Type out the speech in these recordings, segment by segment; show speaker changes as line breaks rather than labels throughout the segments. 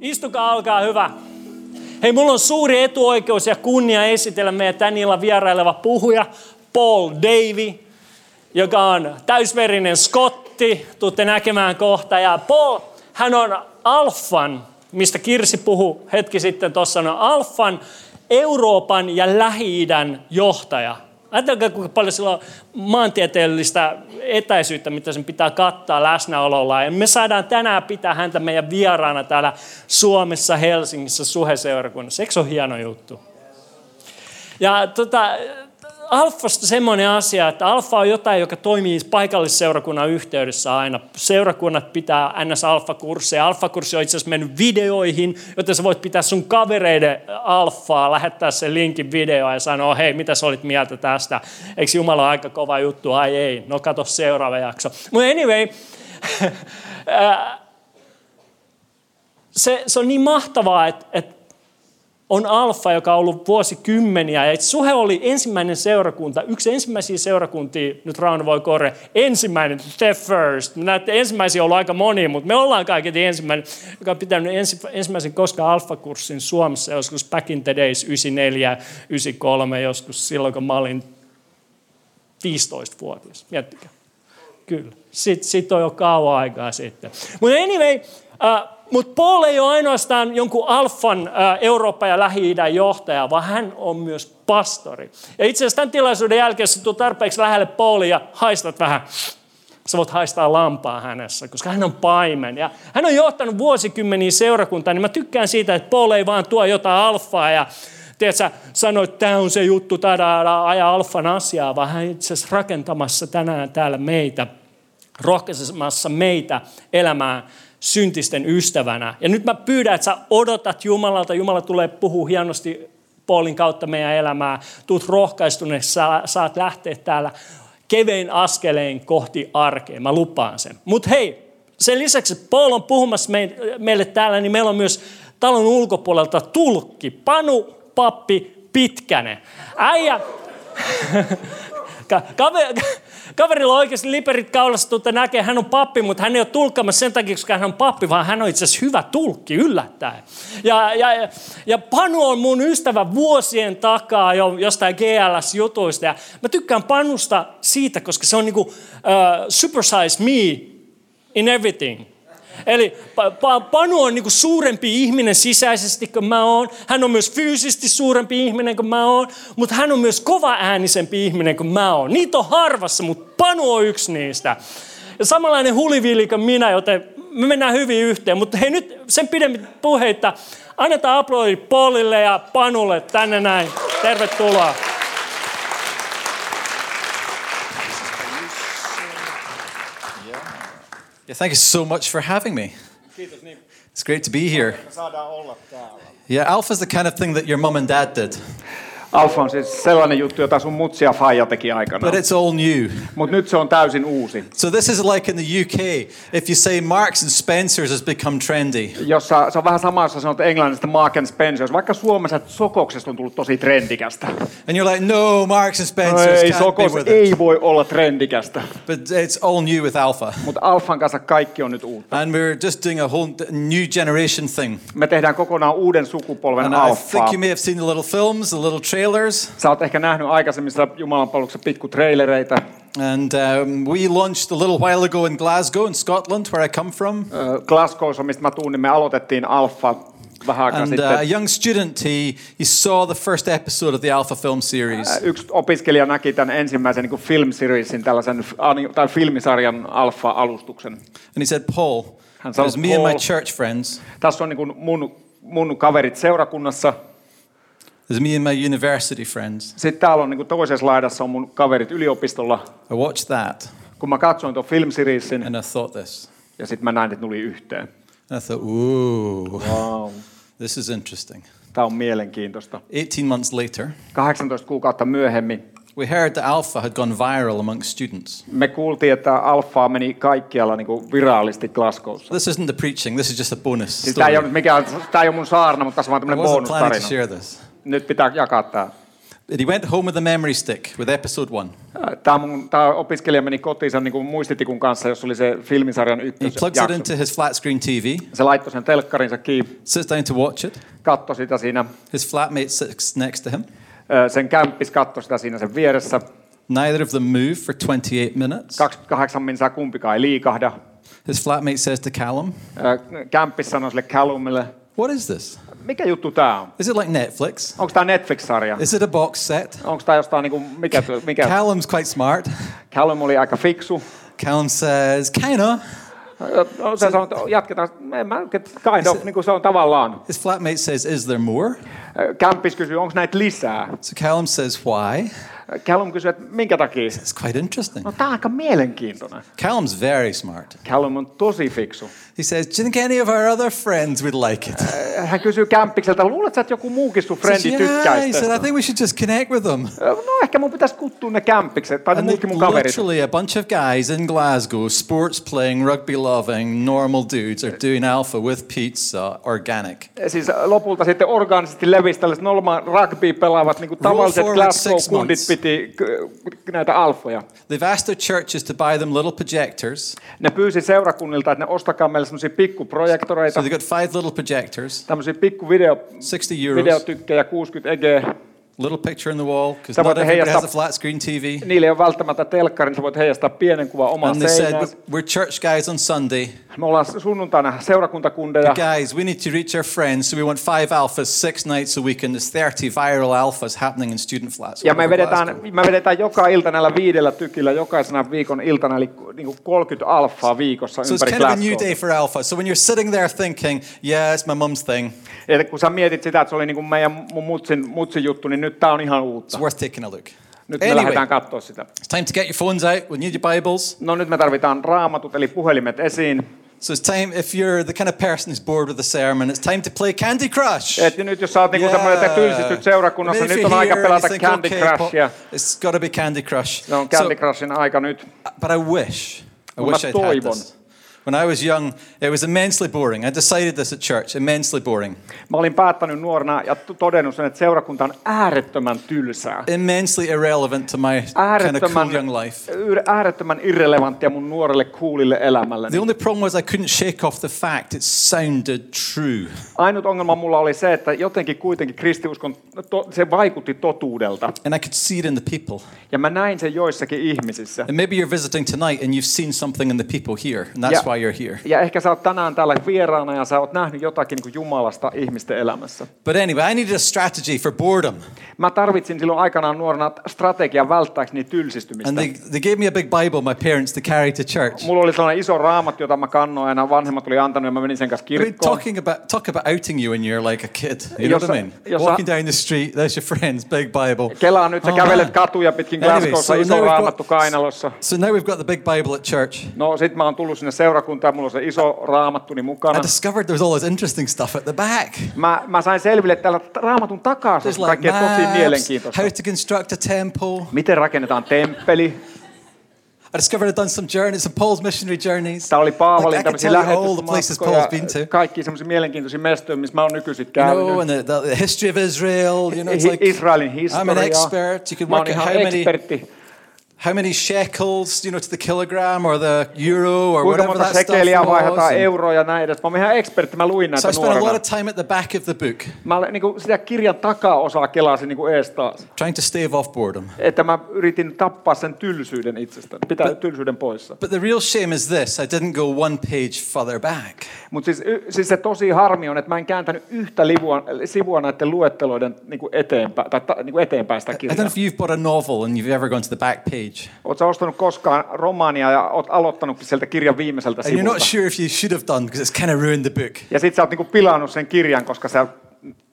Istukaa, alkaa hyvä. Hei, mulla on suuri etuoikeus ja kunnia esitellä meidän tän illan vieraileva puhuja Paul Davy, joka on täysverinen skotti. Tuutte näkemään kohta. Ja Paul, hän on Alfan, mistä Kirsi puhu hetki sitten tuossa, on Alfan Euroopan ja Lähi-idän johtaja. Ajatelkaa, kuinka paljon sillä on maantieteellistä etäisyyttä, mitä sen pitää kattaa läsnäololla. Ja me saadaan tänään pitää häntä meidän vieraana täällä Suomessa, Helsingissä, Suheseurakunnassa. Eikö se ole hieno juttu? Ja tota, Alfasta semmoinen asia, että Alfa on jotain, joka toimii paikallisseurakunnan yhteydessä aina. Seurakunnat pitää ns. Alfa-kursseja. Alfa-kurssi on itse asiassa mennyt videoihin, joten sä voit pitää sun kavereiden Alfaa, lähettää sen linkin videoa ja sanoa, hei, mitä sä olit mieltä tästä? Eikö Jumala ole aika kova juttu? Ai ei, no kato seuraava jakso. Mutta anyway, se, se on niin mahtavaa, että, että on Alfa, joka on ollut vuosikymmeniä. Ja Suhe oli ensimmäinen seurakunta, yksi ensimmäisiä seurakuntia, nyt Rauno voi korjaa, ensimmäinen, the first. Näette, ensimmäisiä on ollut aika moni, mutta me ollaan kaiketi ensimmäinen, joka on pitänyt ensi, ensimmäisen koska Alfa-kurssin Suomessa joskus back in the days, 94, 93, joskus silloin, kun mä olin 15-vuotias. Miettikää. Kyllä. Sitten sit on jo kauan aikaa sitten. Mutta anyway, äh, mutta Paul ei ole ainoastaan jonkun alfan äh, Eurooppa- ja lähi johtaja, vaan hän on myös pastori. Ja itse asiassa tämän tilaisuuden jälkeen, jos tulet tarpeeksi lähelle Paulia ja haistat vähän, sä voit haistaa lampaa hänessä, koska hän on paimen. Ja hän on johtanut vuosikymmeniä seurakuntaa, niin mä tykkään siitä, että Paul ei vaan tuo jotain alfaa ja tiedätkö, sanoi, että tämä on se juttu, tada, aja alfan asiaa, vaan hän itse asiassa rakentamassa tänään täällä meitä, rohkaisemassa meitä elämään syntisten ystävänä. Ja nyt mä pyydän, että sä odotat Jumalalta. Jumala tulee puhua hienosti Paulin kautta meidän elämää. Tuut rohkaistuneeksi, sä saat lähteä täällä kevein askeleen kohti arkea. Mä lupaan sen. Mutta hei, sen lisäksi että Paul on puhumassa meille täällä, niin meillä on myös talon ulkopuolelta tulkki. Panu, pappi, pitkänen. Äijä, ka- kaveri, kaverilla on oikeasti liperit kaulassa, tuutte näkee, hän on pappi, mutta hän ei ole tulkkaamassa sen takia, koska hän on pappi, vaan hän on itse asiassa hyvä tulkki, yllättäen. Ja, ja, ja Panu on mun ystävä vuosien takaa jo jostain GLS-jutuista. Ja mä tykkään Panusta siitä, koska se on niinku uh, supersize me in everything. Eli Panu on niinku suurempi ihminen sisäisesti kuin mä oon. Hän on myös fyysisesti suurempi ihminen kuin mä oon. Mutta hän on myös kova äänisempi ihminen kuin mä oon. Niitä on harvassa, mutta Panu on yksi niistä. Ja samanlainen huliviili kuin minä, joten me mennään hyvin yhteen. Mutta hei nyt sen pidemmät puheita. Annetaan aplodit Paulille ja Panulle tänne näin. Tervetuloa.
Yeah, thank you so much for having me. It's great to be here. Yeah, Alpha is the kind of thing that your mum and dad did,
Alfa on siis sellainen juttu, jota sun mutsi ja faija teki aikana.
but it's all new.
Mutta nyt se on täysin uusi.
So this is like in the UK, if you say Marks and Spencers has become trendy.
Jossa, se on vähän sama, jos sä sanot englannista Mark and Spencer. Vaikka Suomessa että sokoksesta on tullut tosi trendikästä.
And you're like, no, Marks and
No
Spencers
ei,
can't be
sokos
with it.
ei voi olla trendikästä.
But it's all new with Alpha.
Mutta Alfan kanssa kaikki on nyt uutta.
And we're just doing a whole d- new generation thing.
Me tehdään kokonaan uuden sukupolven
And I think
Alfaa.
you may have seen the little films, the little trailers.
Sä oot ehkä nähnyt aikaisemmissa Jumalanpalveluksissa pikku trailereita.
And um, we launched a little while ago in Glasgow, in Scotland, where I come from.
Ö, Glasgowssa, mistä mä tuun, niin me aloitettiin Alfa vähän aikaa
And uh,
sitten.
a young student, he, he saw the first episode of the Alpha film series.
Yksi opiskelija näki tämän ensimmäisen niin film seriesin, tällaisen ani- tai filmisarjan alfa-alustuksen.
And he said, Paul,
And
it
so
was me and my
Paul-
church friends,
Tässä on niin kuin mun, mun kaverit seurakunnassa.
it was me and my university friends.
Sitten täällä on niin kuin toisessa laidassa on mun kaverit yliopistolla.
I watched that
Kun mä katsoin tuon film seriesin,
and I thought this.
ja sitten mä näin, että ne tuli yhteen.
And I thought, ooh,
Wow.
this is interesting.
Tämä on mielenkiintoista.
18 months later,
18 kuukautta myöhemmin
we heard that Alpha had gone viral amongst students.
me kuultiin, että alfaa meni kaikkialla niin kuin viraalisti Glasgowssa.
This isn't the preaching, this is just a bonus.
Siis tämä, ei ole,
Story.
nyt mikään, tämä ei ole mun saarna, mutta tässä on vaan
I
tämmöinen
wasn't planning to
bonustarina.
share this.
Nyt pitää jakaa tämä.
But he went home with a memory stick with episode one.
Tämä, Äh, mun, tämä opiskelija meni kotiinsa niin kuin muistitikun kanssa, jossa oli se filmisarjan
He plugs it
ykkösjakso.
into his flat screen TV,
Se laittoi sen telkkarinsa kiinni,
sits down to watch it.
katsoi sitä siinä,
His flatmate sits next to him.
ö, sen kämppis katsoi sitä siinä sen vieressä.
Neither of them move for 28 minutes.
28 minsaa kumpikaan ei liikahda.
His flatmate says to Callum,
Ö, Kämppis sanoi sille Callumille,
What is this?
mikä juttu tämä on?
Is it like Netflix?
Onko tämä Netflix-sarja?
Is it a box set?
Onko tämä jostain, niin kuin, mikä, mikä?
Callum's quite smart.
Callum oli aika fiksu.
Callum says, Kinda.
No, se sanoo, että jatketaan. En mä, kind of, niin kuin se on tavallaan.
His flatmate says, Is there more?
Kämppis kysyy, onko näitä lisää?
So Callum says, Why?
Callum kysyy, että minkä takia?
It's quite interesting.
No, tämä on aika mielenkiintoinen.
Callum's very smart.
Callum on tosi fiksu.
He says, Do you think any of our other friends would like it? He
Hän kysyy kämppikseltä, luulet sä, että joku muukin sun
says,
frendi
yeah, he
tykkäisi
said, I
tästä?
think we should just connect with them.
No ehkä mun pitäisi kuttua ne kämppikset, tai ne
And they-
muutkin mun kaverit.
literally a bunch of guys in Glasgow, sports playing, rugby loving, normal dudes are doing alpha with pizza, organic.
Siis lopulta sitten orgaanisesti levisi tällaiset norma rugby pelaavat, niin kuin
Roll
tavalliset
forward six
Glasgow-kundit
months.
piti k- näitä alfoja.
They've asked their churches to buy them little projectors.
Ne pyysi seurakunnilta, että ne ostakaa meille semmoisia
So
pikkuprojektoreita,
they've got five little projectors,
tämmöisiä pikkuvideo
60 euros,
videotykkejä, 60 EG.
little picture in the wall, because
Tämä
not
on
everybody has
heijasta-
a flat screen TV.
Niillä ei ole välttämättä telkkari, niin sä voit heijastaa pienen kuvan omaan
And they
seinään.
said, We're church guys on Sunday.
Me ollaan sunnuntaina seurakuntakundeja.
Guys, we need to reach our friends, so we want five alphas six nights a week, and there's 30 viral alphas happening in student flats. all
Ja me
over
vedetään,
Glasgow.
me vedetään joka ilta näillä viidellä tykillä, jokaisena viikon iltana, eli niin kuin 30 alfaa viikossa
So it's
ympäri
kind of a new
Glasgowta.
day for alpha. So when you're sitting there thinking, yeah, it's my mum's thing,
Eli kun sä mietit sitä, että se oli niin kuin meidän mun mutsin, mutsin juttu, niin nyt tää on ihan uutta.
it's worth taking a look.
Nyt me
Anyway,
lähdetään katsoa sitä.
it's time to get your phones out. We need your Bibles.
No nyt me tarvitaan raamatut, eli puhelimet esiin.
So it's time, if you're the kind of person who's bored with the sermon, it's time to play Candy Crush.
Et nyt jos sä oot niinku
Yeah.
semmoinen, että tylsistyt seurakunnassa,
I mean, if
nyt on
you're
aika
here
pelata
and you think,
Candy
okay,
Crushia.
pop- It's got to be Candy Crush.
Se on Candy Crushin aika nyt.
So, but I wish, I
Mut
wish
mä
I'd had
toivon.
this. When I was young, it was immensely boring. I decided this at church, immensely boring.
Mä olin päättänyt nuorena ja t- todennut sen, että seurakunta on äärettömän tylsää.
Immensely irrelevant to my
Ah,
kind of
Äärettömän,
cool young life.
yr- äärettömän irrelevanttia mun nuorelle kuulille elämälle.
The only problem was I couldn't shake off the fact it sounded true.
Ainut ongelma mulla oli se, että jotenkin kuitenkin kristiuskon, to, se vaikutti totuudelta.
And I could see it in the people.
Ja mä näin sen joissakin ihmisissä.
And maybe you're visiting tonight and you've seen something in the people here, and that's
Yeah.
why you're here.
Ja ehkä sä oot tänään täällä vieraana ja sä oot nähnyt jotakin niin kuin Jumalasta ihmisten elämässä.
But anyway, I needed a strategy for boredom.
Mä tarvitsin silloin aikanaan nuorena strategian välttääkseni tylsistymistä.
And they, they gave me a big Bible, my parents, to carry to church.
Mulla oli sellainen iso raamattu, jota mä kannoin aina, vanhemmat oli antanut ja mä menin sen kanssa
I mean,
kirkkoon.
talking about talk about outing you when you're like a kid. You know what I
Jossa-
mean?
jossa-
Walking down the street, there's your friends, big Bible.
Kelaa nyt, sä
Oh,
kävelet
man.
katuja pitkin
Anyway,
Glasgowssa,
so
iso
now we've
raamattu
got-
kainalossa.
So now we've got the big Bible at church.
No sit mä oon tullut sinne seurakuntaan, mulla on se iso raamattuni
I
mukana.
discovered there's all this interesting stuff at the back.
Mä, mä sain selville että täällä raamatun takaa
There's like
kaikkea tosi
maps,
mielenkiintoista.
how to construct a temple.
Miten rakennetaan temppeli?
I discovered I'd done some journeys, some Paul's missionary journeys.
Tää oli
Like,
Paavalin
I can
tämmöisiä
tell you all the places Paul's
lähetysmatkoja,
been to. You
kaikki semmoisia mielenkiintoisia mestoja, missä mä oon nykyisin
know,
käynyt.
and the, the, the history of Israel. You know, it's
Hi-
like
Israelin
I'm an
historiaa.
expert. You can
Mä oon
work out how
ihan
many
ekspertti.
how many shekels, you know, to the kilogram or the euro or
Kuinka
whatever
monta
that stuff
sekeliä
was.
vaihdetaan
and-
euroa ja näin edes. Mä oon ihan ekspertti, mä
So
luin näitä
I spent a lot
nuorena.
of time at the back of the book
Mä olen, niin kuin, sitä kirjan takaosaa kelasin niin kuin ees taas.
trying to stave off boredom.
Että mä yritin tappaa sen tylsyyden itsestäni, pitää tylsyyden poissa.
But the real shame is this I didn't go one page further back.
Mutta siis, y- siis se tosi harmi on, että mä en kääntänyt yhtä livua, sivua näiden luetteloiden niinku eteenpäin, tai ta, niinku eteenpäin sitä
I don't know
kirjaa.
if you've bought a novel and you've ever gone to the back page.
Oletko ostanut koskaan romaania ja oot aloittanutkin sieltä kirjan viimeiseltä
And you're
sivulta?
not sure if you should have done because it's kind of ruined the book.
Ja sit sä oot niinku pilannut sen kirjan, koska sä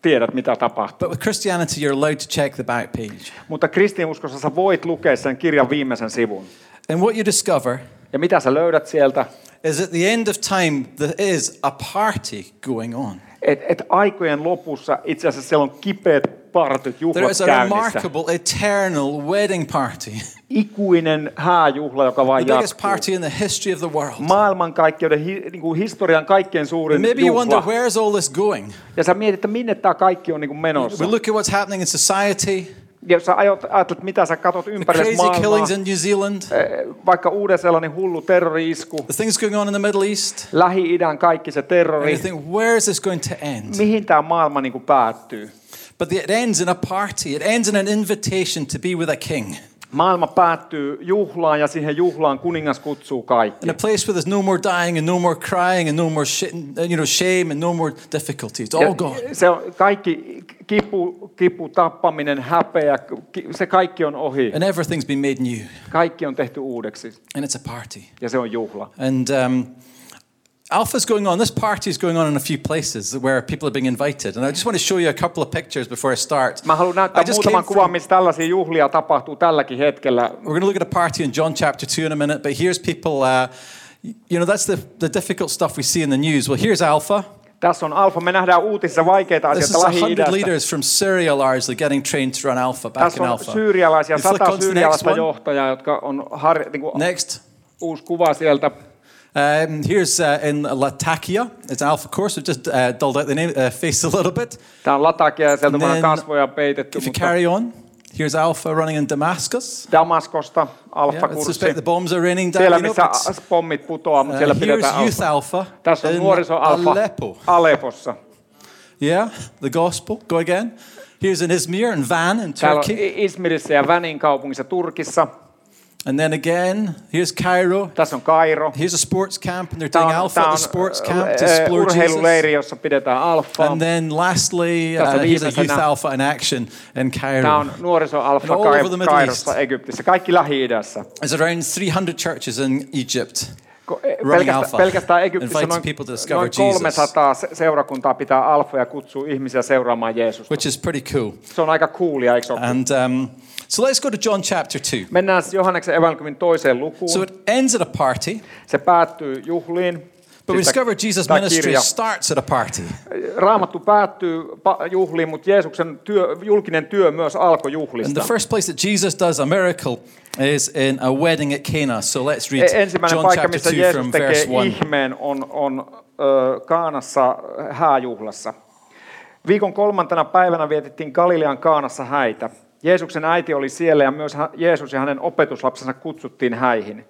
tiedät, mitä tapahtuu.
But with Christianity, you're allowed to check the back page.
Mutta kristinuskossa sä voit lukea sen kirjan viimeisen sivun.
And what you discover
Ja mitä sä löydät sieltä?
is at the end of time, there is a party going on.
Et, et aikojen lopussa itse asiassa siellä on kipeät partit
There
juhlat
is a
käynnissä.
remarkable, eternal wedding party.
Ikuinen hääjuhla, joka
The
vain
biggest
jatkuu.
party in the history of the world.
Maailmankaikkeuden, hi, niin kuin historian kaikkein suurin
Maybe you wonder
juhla.
where's all this going?
Ja sä mietit, että minne tämä kaikki on niin
We
kuin menossa.
look at what's happening in society,
Ja jos sä ajot- ajattelet, mitä sä katot
the
ympärille
crazy
maailmaa,
killings in New Zealand,
vaikka Uudessa-Seelannin hullu terrori-isku,
the things going on in the Middle East.
Lähi-idän kaikki se
And you
terrori,
think, where is this going to end?
mihin tämä maailma niin kuin päättyy?
But it ends in a party. It ends in an invitation to be with a king.
Maailma päättyy juhlaan ja siihen juhlaan kuningas kutsuu kaikki.
In a place where there's no more dying and no more crying and no more sh- you know, shame and no more difficulty. It's all gone.
Ja se on kaikki kipu, kipu, tappaminen, häpeä, ki- se kaikki on ohi.
And everything's been made new.
Kaikki on tehty uudeksi
And it's a party.
ja se on juhla.
And um, Alpha's going on. This party is going on in a few places where people are being invited. And I just want to show you a couple of pictures before I start.
Mä haluan näyttää
I just
muutaman
came
kuvan,
from-
missä tällaisia juhlia tapahtuu tälläkin hetkellä.
We're going to look at a party in John chapter 2 in a minute, but here's people, uh, you know, that's the, the difficult stuff we see in the news. Well, here's Alpha.
Tässä on Alfa. Me nähdään uutisissa vaikeita
This is
asioita
100
Lähi-idästä.
leaders from Syria largely getting trained to run Alpha, back
Tässä
in
on
Alpha.
syyrialaisia,
You flick
sata
on to the next
syyrialaista
one.
johtajaa, jotka on har... niin kuin
Next.
uusi kuva sieltä.
Um, here's uh, in Latakia. It's an Alpha course. We've just uh, dulled out the name, uh, face a little bit.
Tämä on latakia ja sieltä
And
on
then
kasvoja peitetty,
If you
mutta
carry on, here's Alpha running in Damascus.
Damaskosta
Yeah, I
alfakurssi.
suspect the bombs are raining down.
Siellä,
you know,
missä
but,
as- pommit putoaa, mutta
uh,
siellä
here's
pidetään
Youth
alfa.
Alpha.
Tässä on
in
nuorisoalfa
Aleppo.
Aleppossa.
Yeah, the gospel. Go again. Here's in Izmir and Van in
Täällä on
Turkey.
I- Izmirissä ja Vänin kaupungissa Turkissa.
And then again, here's Cairo.
Tässä on Kairo.
Here's a sports camp, and they're
Tämä
doing
on,
Alpha
tämä
at
on
the sports
äh,
camp to
äh,
explore Jesus.
urheiluleiri, jossa pidetään alfaa.
And then lastly,
Tässä
uh, here's a youth
viimeisenä-
alpha in action in
Tämä
Cairo.
on nuorisoalfa
And all over the Middle
Kairossa,
East.
Egyptissä. Kaikki Lähi-idässä.
There's around 300 churches in Egypt.
Ko-
Running
Pelkästään,
Alpha
pelkästään Egyptissä
invites
noin,
people to discover
noin
Jesus,
300 se- seurakuntaa pitää alfoja ja kutsuu ihmisiä seuraamaan Jeesusta.
which is pretty cool.
Se on aika coolia, eikö ole?
And um, so let's go to John chapter 2.
Mennään siis Johanneksen evankeliumin toiseen lukuun.
So it ends at a party,
se päättyy juhliin.
but we
Siis tää-
discover Jesus'
tää
ministry
kirja.
starts at a party.
Raamattu päättyy pa- juhliin, mutta Jeesuksen työ, julkinen työ myös alkoi
And the
juhlista.
first place that Jesus does a miracle is in a wedding at Cana. So let's read
E- Ensimmäinen
John
paikka,
chapter
missä
2
Jeesus
from
tekee
verse 1.
ihmeen, on, on ö, Kaanassa ö, hääjuhlassa. Viikon kolmantena päivänä vietettiin Galilean Kaanassa häitä. Jeesuksen äiti oli siellä ja myös hä- Jeesus ja hänen opetuslapsensa kutsuttiin häihin.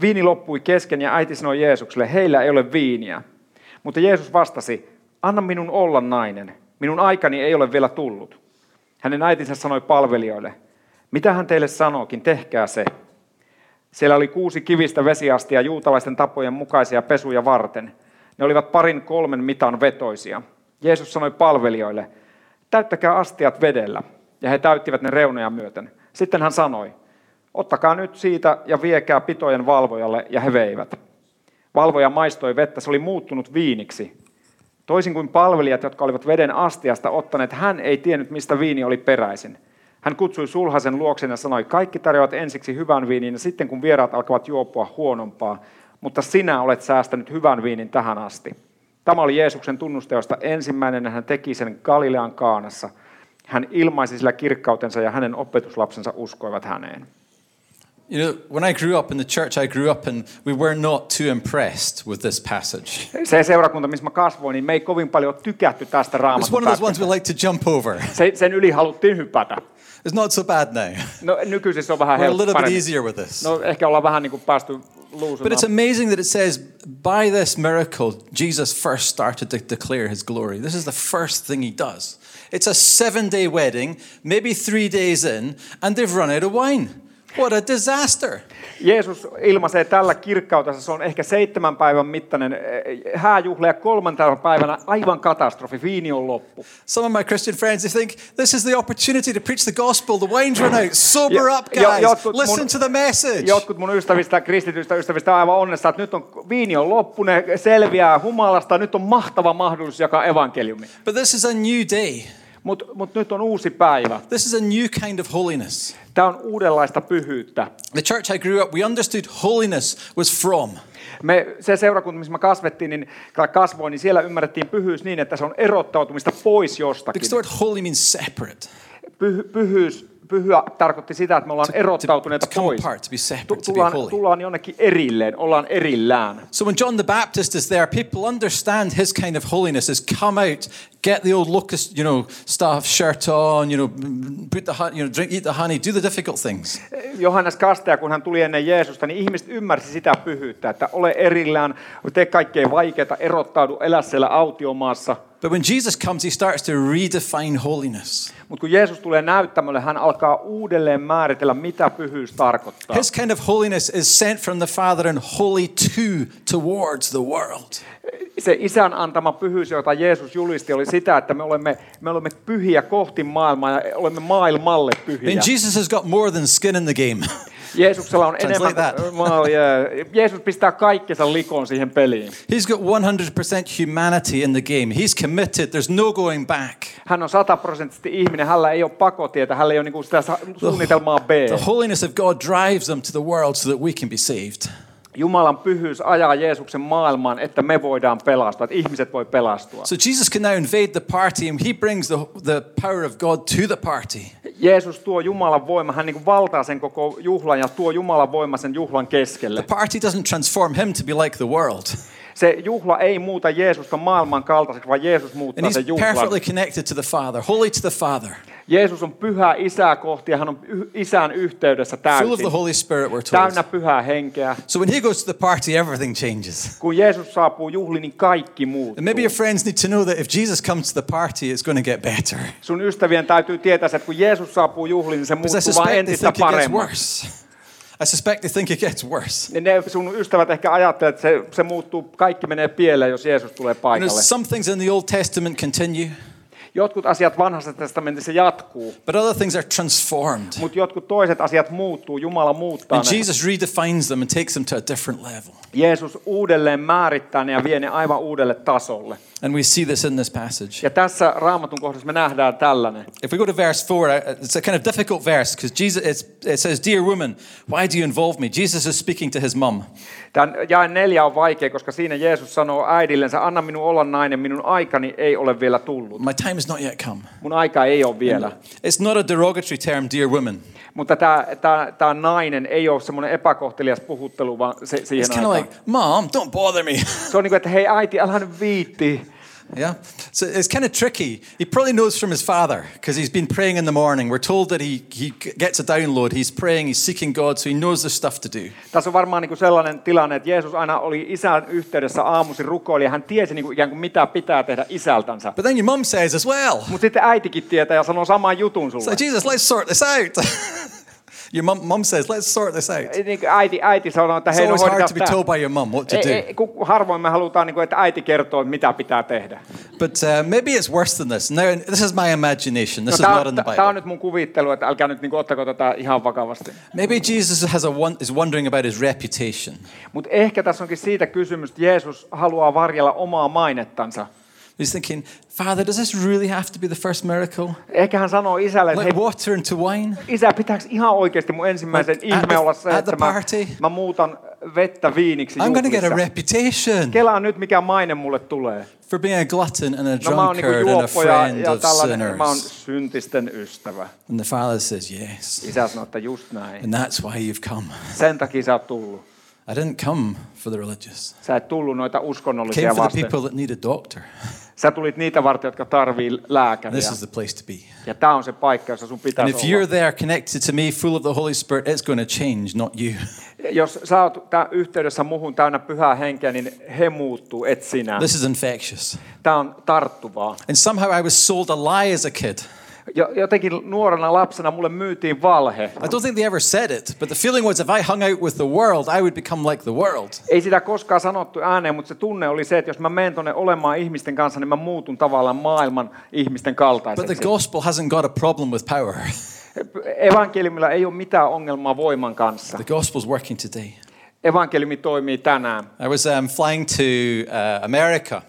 Viini loppui kesken ja äiti sanoi Jeesukselle, heillä ei ole viiniä. Mutta Jeesus vastasi, anna minun olla nainen, minun aikani ei ole vielä tullut. Hänen äitinsä sanoi palvelijoille, mitä hän teille sanookin, tehkää se. Siellä oli kuusi kivistä vesiastia juutalaisten tapojen mukaisia pesuja varten. Ne olivat parin kolmen mitan vetoisia. Jeesus sanoi palvelijoille, täyttäkää astiat vedellä. Ja he täyttivät ne reunoja myöten. Sitten hän sanoi, ottakaa nyt siitä ja viekää pitojen valvojalle, ja he veivät. Valvoja maistoi vettä, se oli muuttunut viiniksi. Toisin kuin palvelijat, jotka olivat veden astiasta ottaneet, hän ei tiennyt, mistä viini oli peräisin. Hän kutsui sulhasen luoksen ja sanoi, kaikki tarjoavat ensiksi hyvän viinin ja sitten kun vieraat alkavat juopua huonompaa, mutta sinä olet säästänyt hyvän viinin tähän asti. Tämä oli Jeesuksen tunnusteosta ensimmäinen ja hän teki sen Galilean kaanassa. Hän ilmaisi sillä kirkkautensa ja hänen opetuslapsensa uskoivat häneen.
You know, when I grew up in the church I grew up in, we were not too impressed with this passage.
Se seurakunta, missä mä kasvoin, niin me ei kovin paljon tykätty tästä
It's one of those ones
raamatusta.
we like to jump over.
Sen yli haluttiin hypätä.
It's not so bad now.
No nykyisissä on vähän
We're a little bit
helpompi.
easier with this.
No ehkä ollaan vähän niin kuin päästy luusuna.
But it's amazing that it says, by this miracle, Jesus first started to declare his glory. This is the first thing he does. It's a seven day wedding, maybe three days in, and they've run out of wine. What a disaster.
Jeesus ilmaisee tällä kirkkautensa, se on ehkä seitsemän päivän mittainen eh, hääjuhla ja kolmantena päivänä aivan katastrofi, viini on loppu.
Some of my Christian friends, they think this is the opportunity to preach the gospel. The wine's run out. Sober
Jo-
up,
jo-
guys.
jotkut mun-
Listen to the message.
Jotkut mun ystävistä, kristityistä ystävistä on aivan onnessa, että nyt on, viini on loppu, ne selviää humalasta, nyt on mahtava mahdollisuus jakaa evankeliumi.
But this is a new day.
Mutta mut nyt on uusi päivä.
This is a new kind of holiness.
Tämä on uudenlaista pyhyyttä.
The church I grew up, we understood holiness was from.
Me, se seurakunta, missä mä kasvettiin, niin, tai kasvoin, niin siellä ymmärrettiin pyhyys niin, että se on erottautumista pois jostakin.
Because the word holy means separate.
Pyhy, pyhyys, pyhyä tarkoitti sitä, että me ollaan erottautuneita
to come
pois.
apart, to be separate,
Tu-
to be
Tullaan,
holy.
tullaan jonnekin erilleen, ollaan erillään.
So when John the Baptist is there, people understand his kind of holiness is come out, get the old locust, you know, stuff, shirt on, you know, put the, hon- you know, drink, eat the honey, do the difficult things.
Johannes Kastaja, kun hän tuli ennen Jeesusta, niin ihmiset ymmärsi sitä pyhyyttä, että ole erillään, tee kaikkea vaikeaa, erottaudu, elä siellä autiomaassa.
But when Jesus comes, he starts to redefine holiness.
Mutta kun Jeesus tulee näyttämölle, hän alkaa uudelleen määritellä, mitä pyhyys tarkoittaa.
His kind of holiness is sent from the Father and holy to towards the world.
Se isän antama pyhyys, jota Jeesus julisti, oli sitä, että me olemme, me olemme pyhiä kohti maailmaa ja olemme maailmalle
I mean,
pyhiä.
Jesus has got more than skin in the game.
Jeesuksella on enemmän
Translate that.
maalia. Jeesus pistää kaikkensa likoon siihen peliin.
He's got 100% humanity in the game. He's committed. There's no going back.
Hän on sataprosenttisesti ihminen, hänellä ei ole pakotietä, hänellä ei ole niinku sitä sa- suunnitelmaa B.
The holiness of God drives them to the world so that we can be saved.
Jumalan pyhyys ajaa Jeesuksen maailmaan, että me voidaan pelastua, että ihmiset voi pelastua.
So Jesus can now invade the party and he brings the, the power of God to the party.
Jeesus tuo Jumalan voima, hän niinku valtaa sen koko juhlan ja tuo Jumalan voima sen juhlan
The
keskelle.
party doesn't transform him to be like the world.
Se juhla ei muuta Jeesusta maailman kaltaiseksi, vaan Jeesus
And
muuttaa
he's
sen juhlan.
perfectly connected to the Father, holy to the Father,
Jeesus on pyhä isää kohti ja hän on y- isän yhteydessä
full of
täysin.
the Holy Spirit, we're
Täynnä
told.
pyhää henkeä.
So when he goes to the party, everything changes.
Kun Jeesus saapuu juhliin, niin kaikki muuttuu.
And maybe your friends need to know that if Jesus comes to the party, it's going to get better.
Sun ystävien täytyy tietää se, että kun Jeesus saapuu juhliin, niin se
Because I
muuttuu
suspect
vain
they
entistä
think it gets
paremmaksi.
worse. I suspect they think it gets worse.
Niin ne sun ystävät ehkä ajattelee, että se, se muuttuu, kaikki menee pieleen, jos Jeesus tulee
You know,
paikalle.
some things in the Old Testament continue,
Jotkut asiat vanhassa testamentissa jatkuu,
but other things are transformed.
mutta jotkut toiset asiat muuttuu, Jumala muuttaa
And
ne.
Jesus redefines them and takes them to a different level.
Jeesus uudelleen määrittää ne ja vie ne aivan uudelle tasolle.
And we see this in this passage.
Ja tässä raamatun kohdassa me nähdään tällainen.
If we go to verse 4, uh, it's a kind of difficult verse because Jesus it's, it says, "Dear woman, why do you involve me?" Jesus is speaking to his mum.
Tämän jae neljä on vaikea, koska siinä Jeesus sanoo äidillensä, anna minun olla nainen, minun aikani ei ole vielä tullut.
My time has not yet come.
Mun aika ei ole vielä.
It's not a derogatory term, dear woman.
Mutta tämä, tämä, tämä nainen ei ole semmoinen epäkohtelias puhuttelu, vaan se,
It's
siihen
kind of
aikaan.
like, "Mom, don't bother me."
Se on niin kuin, että hei äiti, älä nyt viitti.
yeah. So it's kind of tricky. He probably knows from his father because he's been praying in the morning. We're told that he he gets a download. He's praying, he's seeking God, so he knows there's stuff to do.
Tässä on varmaan niin kuin sellainen tilanne, että Jeesus aina oli isän yhteydessä aamuisin rukoili ja hän tiesi niin kuin ikään kuin mitä pitää tehdä isältänsä.
But then your mum says as well,
Mutta sitten äitikin tietää ja sanoo saman jutun
It's
sulle.
like, Jesus, let's sort this out. your mum, mum says, let's sort this out. It's
Ei, Niin kuin äiti, äiti sanoo, että hei, no
always hard to be
hoidetaan
told by your mum what to
tämä. Ei,
do.
ei, kun harvoin me halutaan, niin kuin, että äiti kertoo, mitä pitää tehdä.
But uh, maybe it's worse than this. Now, this is my imagination. This is
tämä,
not in
on,
the
No, tää- tää on
Bible.
nyt mun kuvittelu, että älkää nyt niin kuin, ottako tätä ihan vakavasti.
Maybe Jesus has a one, is wondering about his reputation.
Mutta ehkä tässä onkin siitä kysymys, että Jeesus haluaa varjella omaa mainettansa.
He's thinking, Father, does this really have to be the first miracle?
Ehkä hän sanoo isälle, että
Like
hei,
water into wine?
isä, pitääkö ihan oikeasti mun ensimmäisen
Like, at
ihme
the-
olla se,
at
että
the
mä,
party?
mä muutan vettä viiniksi
I'm going to get a
juhlissa.
reputation
Kelaa nyt, mikä maine mulle tulee.
for being a glutton and a
No mä oon niinku
drunkard and a
juoppo ja,
friend
ja
of
tällainen, niin mä oon
sinners.
syntisten ystävä.
And the Father says, Yes.
Isä sanoo, että just näin.
And that's why you've come.
Sen takia sä oot tullut.
I didn't come for the religious.
Sä et tullut noita
came
uskonnollisia
for the
vasten.
people that need a doctor.
Sä tulit niitä varten, jotka tarvii lääkäriä.
This is the place to be.
Ja tää on se paikka, jossa sun
And
pitäisi
if you're
olla.
there connected to me, full of the Holy Spirit, it's going to change, not you.
Jos sä oot tää yhteydessä muhun täynnä pyhää henkeä, niin he muuttuu, et sinä.
This is infectious.
Tää on tarttuvaa.
And somehow I was sold a lie as a kid.
Jo- Jotenkin nuorena lapsena mulle myytiin valhe.
I don't think they ever said it, but the feeling was if I hung out with the world, I would become like the world.
Ei sitä koskaan sanottu ääneen, mutta se tunne oli se, että jos mä menen tonne olemaan ihmisten kanssa, niin mä muutun tavallaan maailman ihmisten
But the
kaltaiseksi.
gospel hasn't got a problem with power.
Evankeliumilla ei ole mitään ongelmaa voiman kanssa.
The gospel's working today.
Evankeliumi toimii tänään.
I was um, flying to uh, America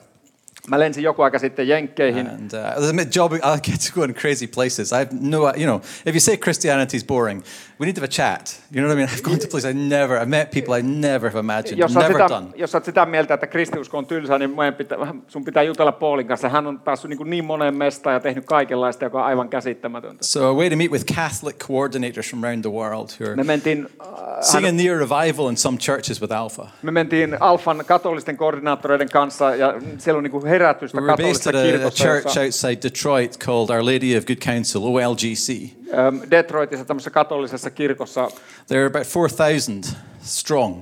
Mä lensin joku aika sitten Jenkkeihin.
And uh, the job, I get to go in crazy places. I've no, you know, if you say Christianity is boring, we need to have a chat. You know what I mean? I've gone to places I never, I've met people I never have imagined,
Jos sä, oot
never
sitä,
done.
jos sä oot sitä mieltä, että kristiusko on tylsää, niin meidän pitä, sun pitää jutella Paulin kanssa. Hän on päässyt niin, kuin niin moneen mestaan ja tehnyt kaikenlaista, joka on aivan käsittämätöntä.
So a way to meet with Catholic coordinators from around the world who
Me
are
mentiin, äh,
seeing a near revival in some churches with Alpha.
me mentiin Alfan katolisten koordinaattoreiden kanssa ja siellä on niin kuin herätystä
We were based
katolista
at a, a
kirkosta,
church
jossa,
outside Detroit called Our Lady of Good Counsel, OLGC.
äm, ähm, Detroitissa tämmöisessä katolisessa kirkossa.
They're about 4,000 strong.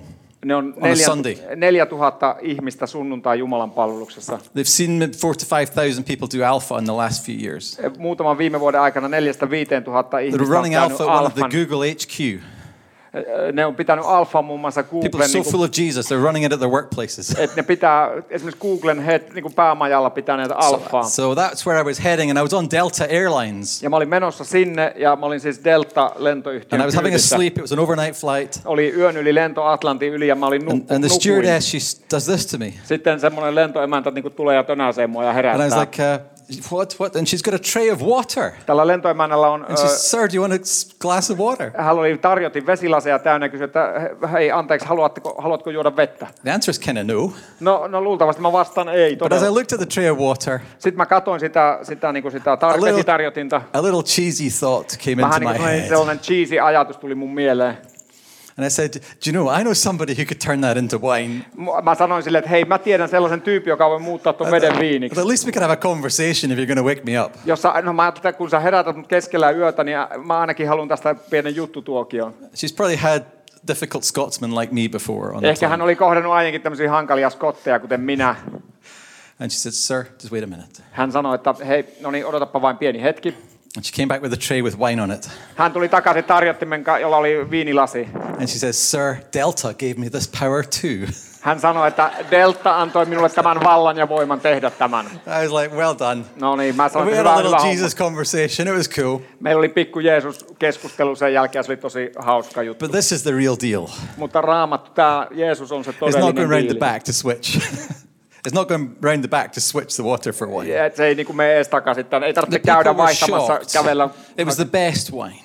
Ne on
a
neljä,
Sunday.
4000 ihmistä sunnuntai Jumalan palveluksessa.
They've seen four to 5,000 people do Alpha in the last few years.
Muutaman viime vuoden aikana neljästä viiteen tuhatta
They're
ihmistä on
running
käynyt
Alpha at one of the
Alfan.
Google HQ.
Ne on pitänyt Alfan muun muassa
People are
Googlen
so
niin kuin
full of Jesus, they're running it at their workplaces.
että ne pitää, esimerkiksi Googlen het, niin kuin päämajalla pitää näitä alfaa.
So that's where I was heading, and I was on Delta Airlines,
Ja mä olin menossa sinne, ja mä olin siis Delta-lentoyhtiön
and I was having a
kyydissä.
sleep. It was an overnight flight,
Oli yön yli lento Atlantin yli, ja mä olin
and,
nukku,
and the
nukuin.
stewardess she s- does this to me,
Sitten semmoinen lentoemäntä niin kuin tulee ja tönäsee mua ja
and I was
herättää.
like, uh, "What? What?" And she's got a tray of water,
Tällä lentoemännällä on...
and she says,
ö,
"Sir, do you want a s- glass of water?"
hän oli tarjotin vesilaseja täynnä ja kysyi, että hei, anteeksi, haluatteko, haluatko juoda vettä?
The answer is kind of no,
No, no luultavasti mä vastaan ei
but as I
todella.
looked at the tray of water,
Sitten mä katsoin sitä, sitä, niin kuin sitä
A
tar-
little-
vesitarjotinta.
a little cheesy thought came into
Vähän niin
my
kuin sellainen-
head,
sellainen cheesy ajatus tuli mun mieleen.
and I said, "Do you know? I know somebody who could turn that into wine."
Mu- Mä sanoin sille, että hei, mä tiedän sellaisen tyypin, joka voi muuttaa tuon veden
But
viiniksi.
at least we can have a conversation if you're going to wake me up.
Jos sä, no mä ajattelin, että kun sä herätät mut keskellä yötä, niin mä ainakin haluan tästä pienen juttutuokion.
She's probably had difficult Scotsmen like me before on the
Ehkä hän
plane.
oli kohdannut aiemmin tämmöisiä hankalia skotteja, kuten minä.
And she said, Sir, just wait a minute.
Hän sanoi, että hei, no niin, odotapa vain pieni hetki.
And she came back with a tray with wine on it.
Hän tuli takaisin tarjottimen, ka- jolla oli viinilasi.
And she says, Sir, Delta gave me this power too.
Hän sanoi, että Delta antoi minulle tämän vallan ja voiman tehdä tämän.
I was like, Well done.
No niin, mä
And
sanoin,
we
että
had a
hyvä,
little
hyvä homma.
Jesus conversation. It was cool.
Meillä oli pikku Jeesus-keskustelu sen jälkeen, ja se oli tosi hauska juttu.
But this is the real deal.
Mutta raamattu, tämä Jeesus on se
It's not going
todellinen
round the
diili.
back to switch. it's not going round the back to switch the water for wine.
Et se ei niin mene edes takaisin tänne. Ei
The
tarvitse
people
käydä
were
vaihtamassa,
shocked.
kävellä.
It was the best wine.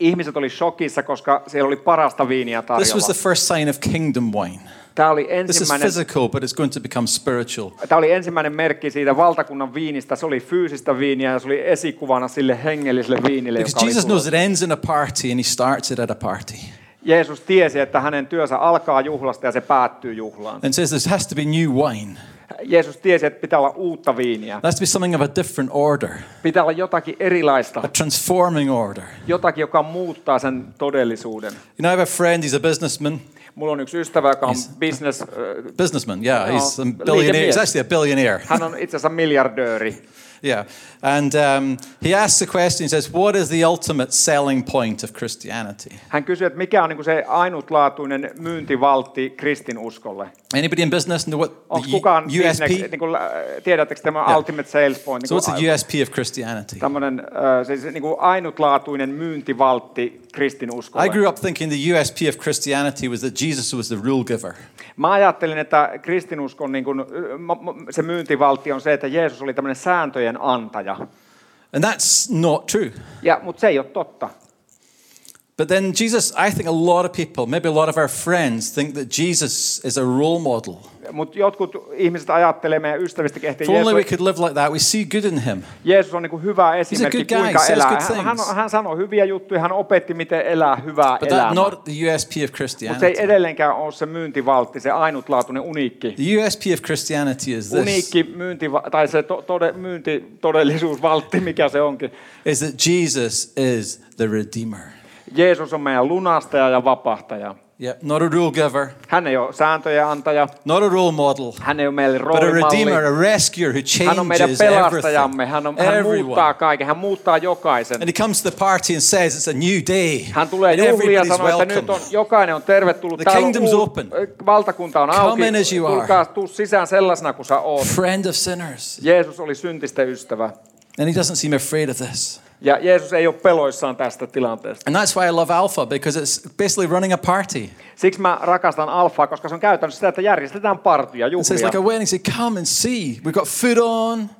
Ihmiset oli shokissa, koska siellä oli parasta viiniä
This was the
tarjolla.
first sign of kingdom wine.
Tämä oli
This is
ensimmäinen,
physical, but it's going to become spiritual.
tämä oli ensimmäinen merkki siitä valtakunnan viinistä. Se oli fyysistä viiniä ja se oli esikuvana sille hengelliselle viinille,
Because
joka oli
Jesus knows
tulossa.
it ends in a party and he starts it at a party.
Jeesus tiesi, että hänen työnsä alkaa juhlasta ja se päättyy juhlaan.
And says there has to be new wine.
Jeesus tiesi, että pitää olla uutta viiniä.
There has to be something of a different order,
Pitää olla jotakin erilaista,
a transforming order.
jotakin, joka muuttaa sen todellisuuden.
You know, I have a friend, he's a businessman.
Mulla on yksi ystävä, joka on
Yes.
business... ö,
Businessman, yeah, he's a
Leader
billionaire. He's
Beer.
actually a billionaire.
Hän on itse asiassa miljardööri.
Yeah. And um, he asks the question, he says, What is the ultimate selling point of Christianity?
Hän kysyi, että mikä on niin kuin se ainutlaatuinen myyntivaltti kristinuskolle.
Anybody in business know what
Onko
the
kukaan
U-
business,
USP?
niin kuin, äh, tiedättekö tämä ultimate sales point,
So,
niin
what's the
kuin,
USP of Christianity?
tämmöinen äh, siis, niin kuin ainutlaatuinen myyntivaltti kristinuskolle.
I grew up thinking the USP of Christianity was that Jesus was the rule giver.
Mä ajattelin, että kristinuskon niin kuin, äh, m- m- se myyntivaltti on se, että Jeesus oli tämmöinen sääntöjen antaja.
And that's not true.
Ja, mutta se ei ole totta.
But then Jesus, I think a lot of people, maybe a lot of our friends, think that Jesus is a role model.
Mutta jotkut ihmiset ajattelee meidän ystävistäkin, että
If only we
Jeesus,
could live like that. We see good in him.
Jeesus on niin kuin hyvä esimerkki,
good guy,
kuinka
says
elää.
good
Hän, hän,
things.
hän sanoi hyviä juttuja, hän opetti, miten elää hyvää
But that's
elämää.
not the USP of
Mutta se ei
Christianity.
edelleenkään ole se myyntivaltti, se ainutlaatuinen uniikki.
The USP of Christianity is this,
Uniikki myynti, tai se to, tode, myyntitodellisuusvaltti, mikä se onkin.
is that Jesus is the Redeemer.
Jeesus on meidän lunastaja ja vapahtaja.
Yep, not a rule giver,
Hän ei ole sääntöjen antaja,
not a role model,
hän ei ole meille
but a Redeemer,
roolimalli.
a rescuer who
Hän on meidän
changes
pelastajamme,
everything.
hän, on, hän muuttaa
Everyone.
kaiken, hän muuttaa jokaisen.
And he comes to the party and says, it's a new day.
Hän tulee
and
juhliin ja
everybody's
sanoo, että nyt on,
welcome.
jokainen on tervetullut.
The
Täällä on
kingdom's
uus-
open.
Valtakunta on
Come
auki.
in as you are.
Tulkaa, tuu sisään sellaisena kuin sä oot.
Friend of sinners.
Jeesus oli syntisten ystävä.
And he doesn't seem afraid of this.
Ja Jeesus ei ole peloissaan tästä tilanteesta.
And that's why I love Alpha, because it's basically running a party.
Siksi mä rakastan alfaa, koska se on käytännössä sitä, että järjestetään partia,
It says like a
juhlia.
wedding, say, come and see. We've got food on.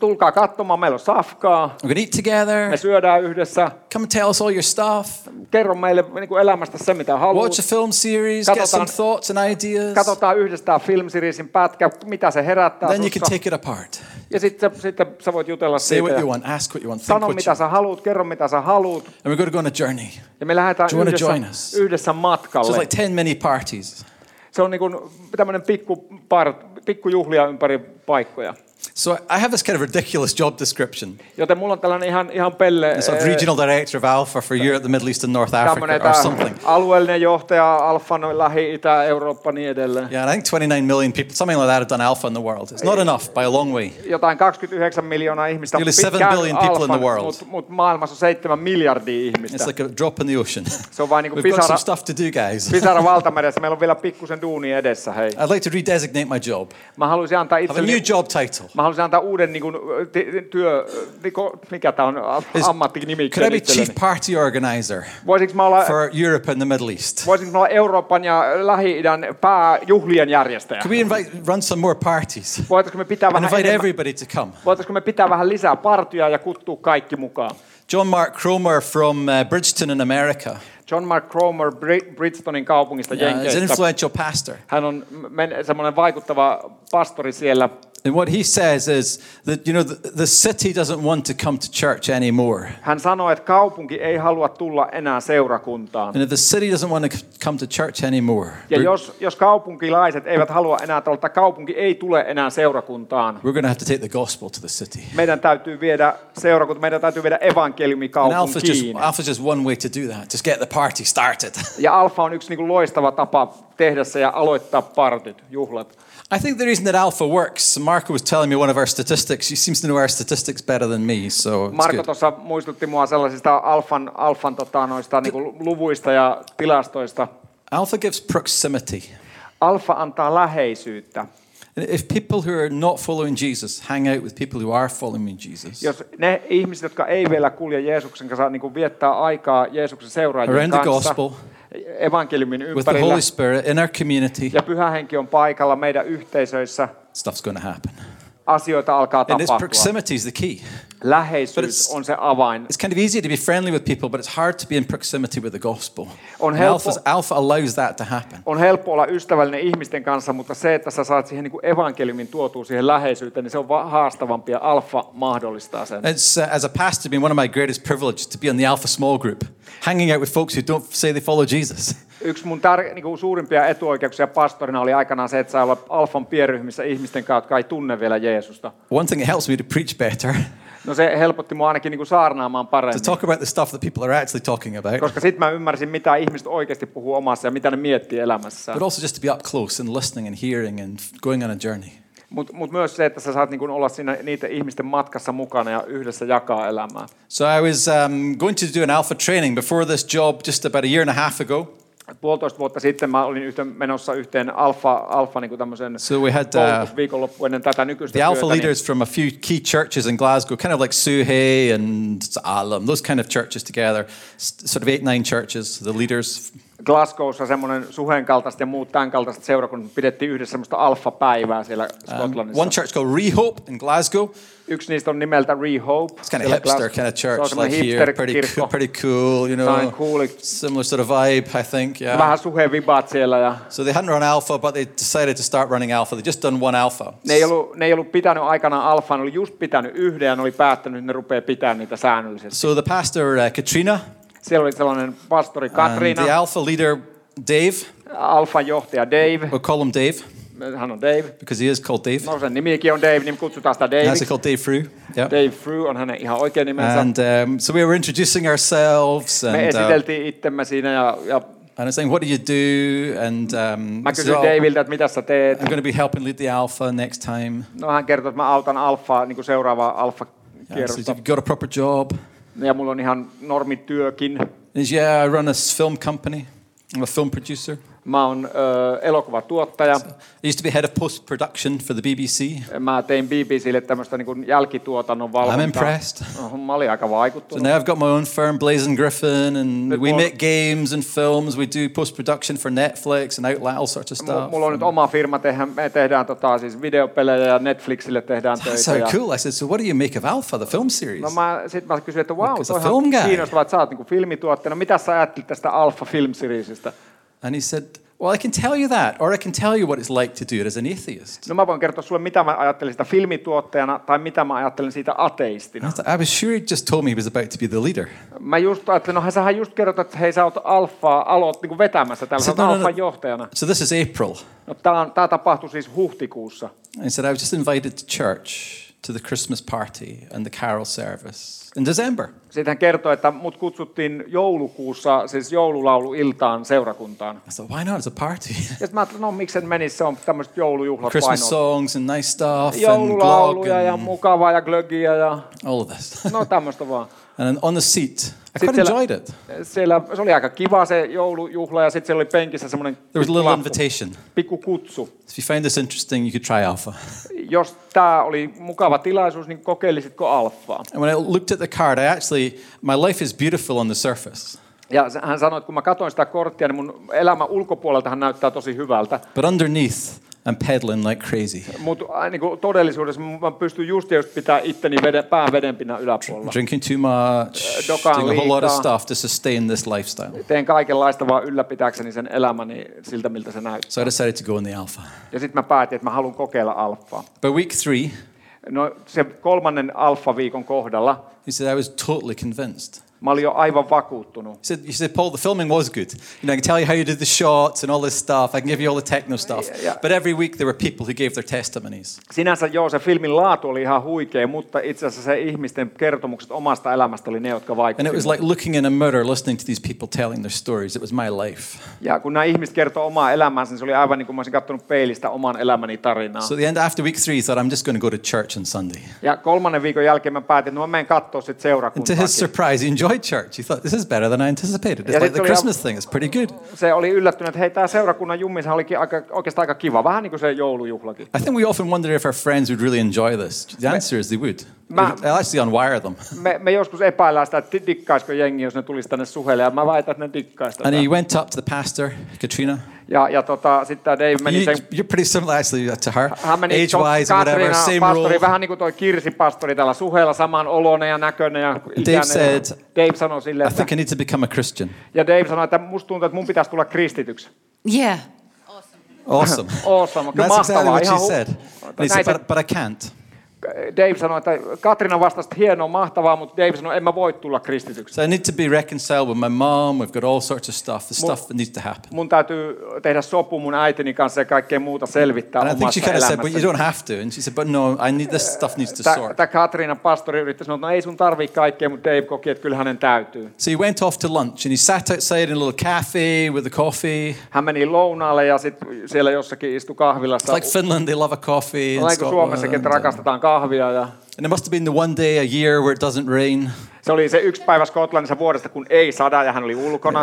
Tulkaa katsomaan, meillä on safkaa,
We're going to eat together.
me syödään yhdessä.
Come and tell us all your stuff.
Kerro meille niin kuin elämästä se, mitä haluat.
Watch a film series. Get some
Katsotaan-
thoughts and ideas.
Katsotaan yhdessä tämä filmsiriisin pätkä, mitä se herättää
Then you can
sussa.
take it apart.
Ja sitten sä, sitten sä voit jutella
Say
siitä.
what
ja
you want. Ask what you want. Think
Sano,
what you
mitä
want.
sä haluat, kerro, mitä sä haluat.
And we're going to go on a journey.
Ja me lähdetään
Do you wanna
yhdessä,
join us?
yhdessä
So
matkalle.
it's like 10 mini parties.
Se on niin kuin tämmöinen pikku part, pikkujuhlia ympäri paikkoja.
So I have this kind of ridiculous job description.
Joten mulla on tällainen ihan, ihan pelle...
It's sort of
eh,
regional director of Alpha for Europe, the Middle East, and North
tämmöinen
Africa or
tää
something.
alueellinen johtaja, Alfan, Lähi-Itä, Eurooppa niin edelleen.
Yeah, and I think 29 million people, something like that, have done Alpha in the world. It's not enough by a long way.
Jotain 29 miljoonaa ihmistä on
Nearly seven
pitkään
billion people in the world.
mutta mut maailmassa on 7 miljardia ihmistä.
It's like a drop in the ocean.
Se on vain niin kuin
We've got
pisara,
some stuff to do, guys.
pisara valtameressä. Meillä on vielä pikkusen duuni edessä, hei.
I'd like to redesignate my job.
Mä haluaisin antaa
Have a new
itselleni...
job title.
Mä haluaisin antaa uuden niin kuin, työ... Niin kuin, mikä tämä on?
Is- Could I
Ammattinimikkeen
be
itselleni.
chief party organizer
Voisinko mä olla...
for Europe and the Middle East?
Voisinko mä olla Euroopan ja Lähi-idän pääjuhlien järjestäjä?
Could we invite, run some more parties
Voitaisiko me pitää
and
vähän
invite
enemmän?
everybody to come?
Voitaisiko me pitää vähän lisää partia ja kuttua kaikki mukaan?
John Mark Cromer from uh, Bridgeton in America
John Mark Cromer Bri- Bridgetonin kaupungista
uh, is an
Jenkeistä.
influential pastor.
Hän on men- semmoinen vaikuttava pastori siellä.
And what he says is that, you know, the, the city doesn't want to come to church anymore.
Hän sanoi, että kaupunki ei halua tulla enää seurakuntaan.
And if the city doesn't want to c- come to church anymore,
Ja
we're,
jos, jos kaupunkilaiset eivät halua enää tulla, tai kaupunki ei tule enää seurakuntaan,
we're going to have to take the gospel to the city.
meidän täytyy viedä seurakunta, meidän täytyy viedä evankeliumi
And Alpha's just,
kaupunkiin.
Alpha's just one way to do that, just get the party started.
Ja alfa on yksi niin kuin loistava tapa tehdä se ja aloittaa partit, juhlat.
I think the reason that Alpha works, Marco was telling me one of our statistics. He seems to know our statistics better than me, so it's
Marko
good.
tuossa muistutti mua sellaisista alfan, alfan tota, noista, niin kuin luvuista ja tilastoista.
Alpha gives proximity.
Alfa antaa läheisyyttä.
And if people who are not following Jesus hang out with people who are following Jesus,
Jos ne ihmiset, jotka ei vielä kulje Jeesuksen kanssa, niin kuin viettää aikaa Jeesuksen seuraajien
Around the
kanssa,
gospel.
evankeliumin
with the Holy
ympärillä,
Spirit in our community,
ja pyhä henki on paikalla meidän yhteisöissä,
stuff's going to happen.
asioita alkaa
And this
tapahtua.
proximity is the key. But
Läheisyys
it's-
on se avain.
It's kind of easy to be friendly with people, but it's hard to be in proximity with the gospel.
On
And
helppo-
Alpha's, Alpha allows that to happen.
On helppo olla ystävällinen ihmisten kanssa, mutta se, että sä saat siihen niin kuin evankeliumin tuotua siihen läheisyyteen, niin se on va- haastavampi ja alfa mahdollistaa sen.
It's, uh, as a pastor, been one of my greatest privileges to be in the Alpha small group, hanging out with folks who don't say they follow Jesus.
Yksi mun tär- niin kuin suurimpia etuoikeuksia pastorina oli aikanaan se, että saa olla alfan pienryhmissä ihmisten kanssa, jotka ei tunne vielä Jeesusta.
One thing that helps me to preach better,
No se helpotti mua ainakin niin kuin saarnaamaan
to
paremmin.
talk about the stuff that people are actually talking about,
Koska sitten mä ymmärsin, mitä ihmiset oikeasti puhuu omassa ja mitä ne miettii elämässä.
but also just to be up close and listening and hearing and going on a journey.
Mutta mut myös se, että sä saat niin kuin olla siinä niiden ihmisten matkassa mukana ja yhdessä jakaa elämää.
So I was um, going to do an Alpha training before this job just about a year and a half ago.
Puolitoista vuotta sitten mä olin yhten, menossa yhteen alfa, alfa niin kuin tämmöisen
So we had, uh,
koulutusviikonloppu ennen tätä nykyistä
The Alpha
työtä, niin
leaders from a few key churches in Glasgow, kind of like Suhe and Alam, those kind of churches together, s- sort of eight, nine churches, the leaders.
niin Glasgowssa semmoinen suhen kaltaiset ja muut tämän kaltaiset seurakunnat pidettiin yhdessä semmoista alfa-päivää siellä Skotlannissa.
Um, One church called Rehope in Glasgow.
Yksi niistä on nimeltä Rehope.
It's kind of
siellä
hipster
Glasgow-
kind of
Se on
church, like
semmoinen
here, pretty,
hipster-kirkko.
cool, pretty cool, you know,
Sound cool.
similar sort of vibe, I think, yeah.
Vähän suhen vibaat siellä ja
So they hadn't run Alpha, but they decided to start running Alpha. They just done one Alpha.
ne ei, ollut, ne ei ollut pitänyt aikanaan alfaa, ne oli just pitänyt yhden ja ne oli päättänyt, että ne rupeaa pitämään niitä säännöllisesti.
So the pastor uh, Katrina
Siellä oli sellainen pastori
and
Katriina,
the Alpha leader Dave,
alfan johtaja Dave,
we'll call him Dave
hän on Dave.
because he is called Dave.
No sen nimikin on Dave, niin kutsutaan sitä Dave.
That's called Dave Frew. Yeah.
Dave Frew on hänen ihan oikea nimensä.
And um, so we were introducing ourselves
Me
and, uh,
esiteltiin itsemme siinä ja, ja
and I was saying, what do you do? And um,
mä
so
kysyin Daviltä, että mitä sä teet.
I'm going to be helping lead the Alpha next time.
No hän kertoi, että mä autan alfaa, niin kuin seuraavaa alfa
Yeah, Uh, so
kierrosta.
you've got a proper job.
Ja mulla on ihan normityökin.
And he's, yeah, I run a s- film company. I'm a film producer.
Mä oon ö, elokuvatuottaja.
I used to be head of post production for the BBC.
Mä tein BBClle tämmöistä niin kuin jälkituotannon valvontaa.
I'm impressed.
Oho, Mä olin aika
So
vaikuttunut.
now I've got my own firm, Blazing Griffin, and
Nyt
we
mulla-
make games and films. We do post production for Netflix and Outlet, all sorts of
M-
stuff.
mulla on nyt oma firma, tehdään, me tehdään tota, siis videopelejä ja Netflixille tehdään
That's
töitä.
so
Ja...
cool. I said, so what do you make of Alpha, the film series?
No mä, sit mä kysyin, että wow,
Look at the
toi on
film guy.
kiinnostavaa, että sä oot niinku filmituottajana. Mitä sä ajattelit tästä Alpha Film Seriesistä?
And he said, well, I can tell you that, or I can tell you what it's like to do it as an atheist.
No mä voin kertoa sulle, mitä mä ajattelin sitä filmituottajana tai mitä mä ajattelin siitä ateistina.
I thought- I was sure he just told me he was about to be the leader.
Mä just ajattelin, no sähän just kerroit, että hei sä oot alfaa, aloit niinku vetämässä täällä, sä
Sit-
oot
no, no, no.
alfan johtajana.
So this is April.
No tää, on, tää tapahtui siis huhtikuussa.
And he said, I was just invited to church to the Christmas party and the carol service in December.
Sitten hän kertoi, että mut kutsuttiin joulukuussa, siis joululauluiltaan seurakuntaan.
I thought, why not? It's a party.
Ja sitten mä ajattelin, no miksen menisi, se on tämmöiset joulujuhlat
Christmas
painot.
songs and nice stuff and glog
Joululauluja ja
and
mukavaa ja glögiä ja
all of this.
no tämmöistä vaan.
And then on the seat, I
Sitten
quite
siellä-
enjoyed it.
Siellä, se oli aika kiva se joulujuhla ja sitten siellä oli penkissä semmoinen
There was a
pikku
little
lappu,
invitation.
pikku kutsu.
If you find this interesting, you could try Alpha.
Jos tämä oli mukava tilaisuus, niin kokeilisitko alfaa?
And when I looked at the card, I actually, my life is beautiful on the surface,
Ja se- hän sanoi, että kun mä katsoin sitä korttia, niin mun elämä ulkopuoleltahan näyttää tosi hyvältä.
but underneath, I'm peddling like crazy,
Mutta niin todellisuudessa mä pystyn just ja just pitää itteni veden, pään vedenpinnan yläpuolella.
drinking too much, doing
Uh, dokaan
a whole lot of
liikaa.
stuff to sustain this lifestyle.
Teen kaikenlaista vaan ylläpitääkseni sen elämäni siltä, miltä se näyttää.
So I decided to go in the Alpha.
Ja sitten mä päätin, että mä haluan kokeilla alfaa.
By week three,
No se kolmannen alfa-viikon kohdalla
he said I was totally convinced.
mä olin jo aivan vakuuttunut.
He said, he said, Paul, the filming was good. You know, I can tell you how you did the shots and all this stuff. I can give you all the techno stuff.
yeah.
But every week there were people who gave their testimonies.
Sinänsä joo, se filmin laatu oli ihan huikea, mutta itse asiassa se ihmisten kertomukset omasta elämästä oli ne, jotka
And it was
vaikuttivat.
like looking in a mirror, listening to these people telling their stories. It was my life.
Ja kun nämä ihmiset kertoo omaa elämäänsä, niin se oli aivan niin kuin mä olisin katsonut peilistä oman elämäni tarinaa.
So at the end, after week three, he thought, I'm just going to go to church on Sunday.
Ja kolmannen viikon jälkeen mä päätin, että no mä menen katsoa sitten
And to
seurakuntaa.
his surprise, he enjoyed church. He thought, this is better than I anticipated.
Ja
It's like
sitten
the
oli-
Christmas thing. It's pretty good.
Se oli yllättynyt, että hei, tämä seurakunnan jummisahan olikin aika, oikeastaan aika kiva, vähän niin kuin se joulujuhlakin.
I think we often wonder if our friends would really enjoy this. The answer is they would.
Ma-
I'll actually unwire them.
Me, me joskus epäillään sitä, että dikkaisiko jengi, jos ne tulisi tänne suhelle, ja mä väitän, että ne dikkaisi tätä.
And he went up to the pastor, Katrina.
Ja, ja tota, sitten tämä Dave meni sen
You, are pretty similar actually to her,
Hän meni
age wise,
Katriina,
whatever, same
pastori,
role.
vähän niin kuin toi Kirsi-pastori tällä suheella, saman oloinen ja näköinen ja ikäinen.
said-
Dave sanoi silleen,
I
että,
think I need to become a Christian.
ja Dave sanoi, että musta tuntuu, että mun pitäisi tulla kristityksi.
Yeah.
Awesome.
Awesome. Kyllä
That's exactly
mahtavaa.
what she
Ihan hu-
said. And he said,
Näitä-
but, but I can't.
Dave sanoi, että Katrina vastasi, että hienoa, mahtavaa, mutta Dave sanoi, en mä voi tulla kristityksi.
So I need to be reconciled with my mom. We've got all sorts of stuff, the stuff that needs to happen.
Mun täytyy tehdä sopu mun äitini kanssa ja kaikkea muuta selvittää
And I think she
omasta
kind of said, but you
elämästä.
don't have to. And she said, but no, I need this stuff needs to sort.
Tämä Katriina pastori yritti sanoa, että no ei sun tarvii kaikkea, mutta Dave koki, että kyllä hänen täytyy.
So he went off to lunch and he sat outside in a little cafe with a coffee.
Hän meni lounaalle ja sitten siellä jossakin istui kahvilassa.
It's like Finland, they love a coffee. In
No niin kuin
Scotland,
Suomessakin, että rakastetaan kahvia. Ja
and it must have been the one day a year where it doesn't rain.
se oli se yksi päivä Skotlannissa vuodesta, kun ei sada ja hän oli ulkona.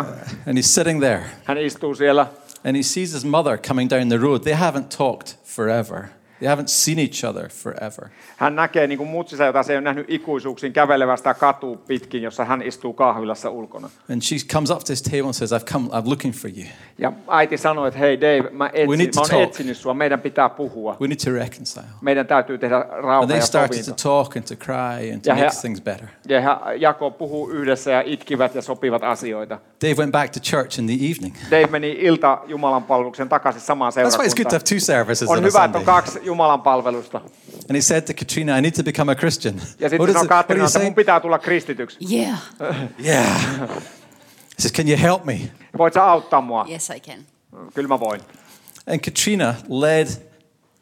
And he's sitting there
Hän istuu siellä.
and he sees his mother coming down the road. They haven't talked forever, they haven't seen each other forever.
Hän näkee niin kuin mutsinsa, jota se ei ole nähnyt ikuisuuksiin, kävelevästä katua pitkin, jossa hän istuu kahvilassa ulkona.
And she comes up to his table and says, I've come, I'm looking for you.
Ja äiti sanoi, että hei Dave, mä,
We
etsin,
need to
mä oon
talk.
etsinyt sua, meidän pitää puhua.
We need to reconcile.
Meidän täytyy tehdä
And
rauha
they
ja
started to
sovinto.
talk and to cry and to
Yeah,
make
yeah.
things better.
Ja he jako puhuu yhdessä ja itkivät ja sopivat asioita.
Dave went back to church in the evening.
Dave meni ilta Jumalan palveluksen takaisin samaan
That's why it's good to
seurakuntaan.
have two services
On
on a
hyvä, että on
Sunday.
kaksi Jumalan palvelusta.
And he said to Katrina, I need to become a Christian.
Ja
What
sitten
is
sanoi
it- what are
Katrina,
you
että mun
saying?
pitää tulla kristityksi.
Yeah.
Yeah. He says, Can you help me?
Voit sä auttaa mua?
Yes, I can.
Kyllä mä voin.
And Katrina led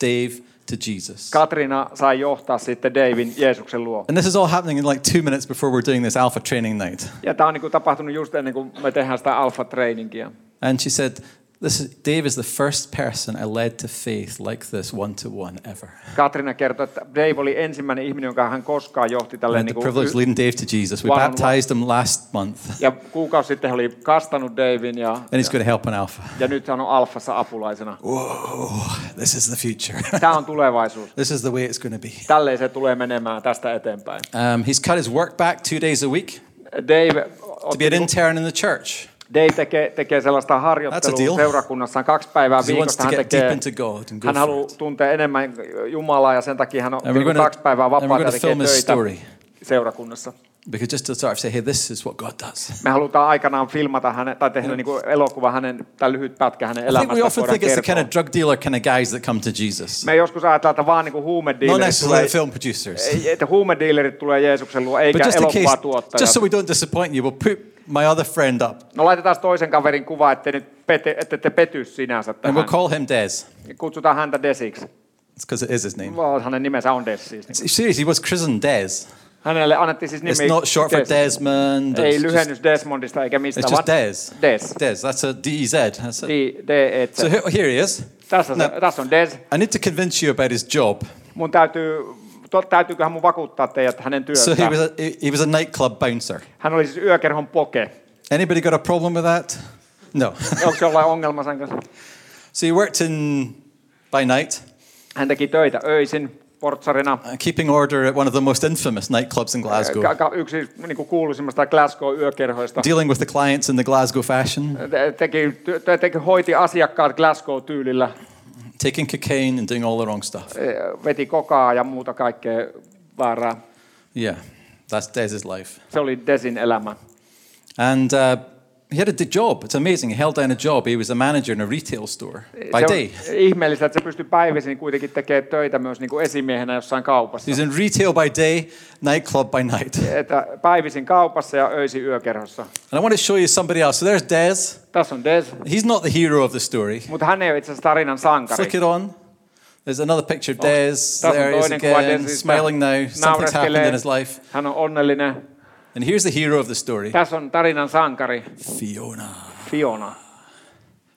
Dave to Jesus.
Katrina sai johtaa sitten Davin Jeesuksen luo.
And this is all happening in like two minutes before we're doing this alpha training night.
niinku Ja tämä on niin tapahtunut just ennen kuin me tehdään sitä alfa trainingia.
And she said, This is, Dave is the first person I led to faith like this one to one ever.
Katrina kertoi, että Dave oli ensimmäinen ihminen, jonka hän koskaan johti
I
tälleen.
had the
Niin kuin,
privilege of leading Dave to Jesus. We
One on one.
baptized him last month,
ja kuukausi sitten hän oli kastanut Davin ja,
and he's going to help on Alpha.
ja nyt hän on alfassa apulaisena.
Whoa, this is the future.
Tämä on tulevaisuus.
this is the way it's going to be.
Tälleen se tulee menemään tästä eteenpäin.
Um, he's cut his work back two days a week
Dave,
to be an
otti,
intern in the church.
Dave tekee, tekee sellaista
That's a
harjoittelua
deal.
seurakunnassaan kaksi päivää
He wants
viikossa.
to
Hän,
get deep
tekee,
into God and go
hän
for
haluaa
it.
tuntea enemmän Jumalaa ja sen takia hän on
And we're
niin kuin
gonna-
kaksi päivää
and we're
vapaata
gonna
ja tekee
film his
töitä
story.
seurakunnassa.
Because just to sort of say, hey, this is what God does.
Me halutaan aikanaan filmata hänen, tai tehdä niin kuin elokuva hänen, tai lyhyt pätkä hänen
I think
elämästään.
we often
voidaan
think it's the
kertoa.
kind of drug dealer kind of guys that come to Jesus,
Me joskus ajatellaan, että vaan niin
not
huumediilerit
necessarily
tulee,
the film producers.
ei- että huumediilerit tulee Jeesuksen luo, eikä
But just in case,
elokuvatuottajat.
just so we don't disappoint you, we'll put my other friend up
No laitetaan toisen kaverin kuva, ettei nyt pete, ette te pety sinänsä
and
tähän.
we'll call him Des.
Kutsutaan häntä Desiksi.
It's because it is his name.
Vaan Hänen nimensä on Des siis.
Seriously, he was christened Des.
Hänelle annettiin siis nimi
It's not short for
Des.
Desmond.
Ei
It's just,
lyhennys Desmondista eikä mistään,
it's just Des.
Des.
Des, that's a D-E-Z. That's it.
D, D,
So
so,
here, here he is.
tässä,
No.
se, tässä on Des.
I need to convince you about his job.
Mun täytyy, to, täytyyköhän mun vakuuttaa teidät hänen
So he was
työstään.
a, he- he was a nightclub bouncer.
Hän oli siis yökerhon poke.
Anybody got a problem with that? No.
Onko jollain ongelma sen kanssa?
So he worked in by night,
Hän teki töitä öisin portsarina.
uh, keeping order at one of the most infamous nightclubs in
Ka-
Glasgow,
ka- Yksi niin kuin kuuluisimmasta Glasgow-yökerhoista.
dealing with the clients in the Glasgow fashion,
Te- Teki, te- teki, hoiti asiakkaat Glasgow-tyylillä.
taking cocaine and doing all the wrong stuff.
Eh, Veti kokaa ja muuta kaikkea väärää.
Yeah, that's Des's life.
Se oli Desin elämä.
And uh, he had a d- job. It's amazing. He held down a job. He was a manager in a retail store by
se on
day.
ihmeellistä, että se pystyy päivisin kuitenkin tekemään töitä myös niin kuin esimiehenä jossain kaupassa.
He was in retail by day, nightclub by night. And
Että päivisin kaupassa ja öisin yökerhossa.
I want to show you somebody else. So there's Des.
Tässä on Des,
He's not the hero of the story.
mutta hän ei ole itse asiassa tarinan sankari.
Flick it on. There's another picture of Des.
Tässä
There
on
he is
toinen kuva
again,
Desistä.
smiling now. Something's happened
Naureskelee.
in his life.
Hän on onnellinen.
And here's the hero of the story
Tässä on tarinan sankari,
Fiona.
Fiona.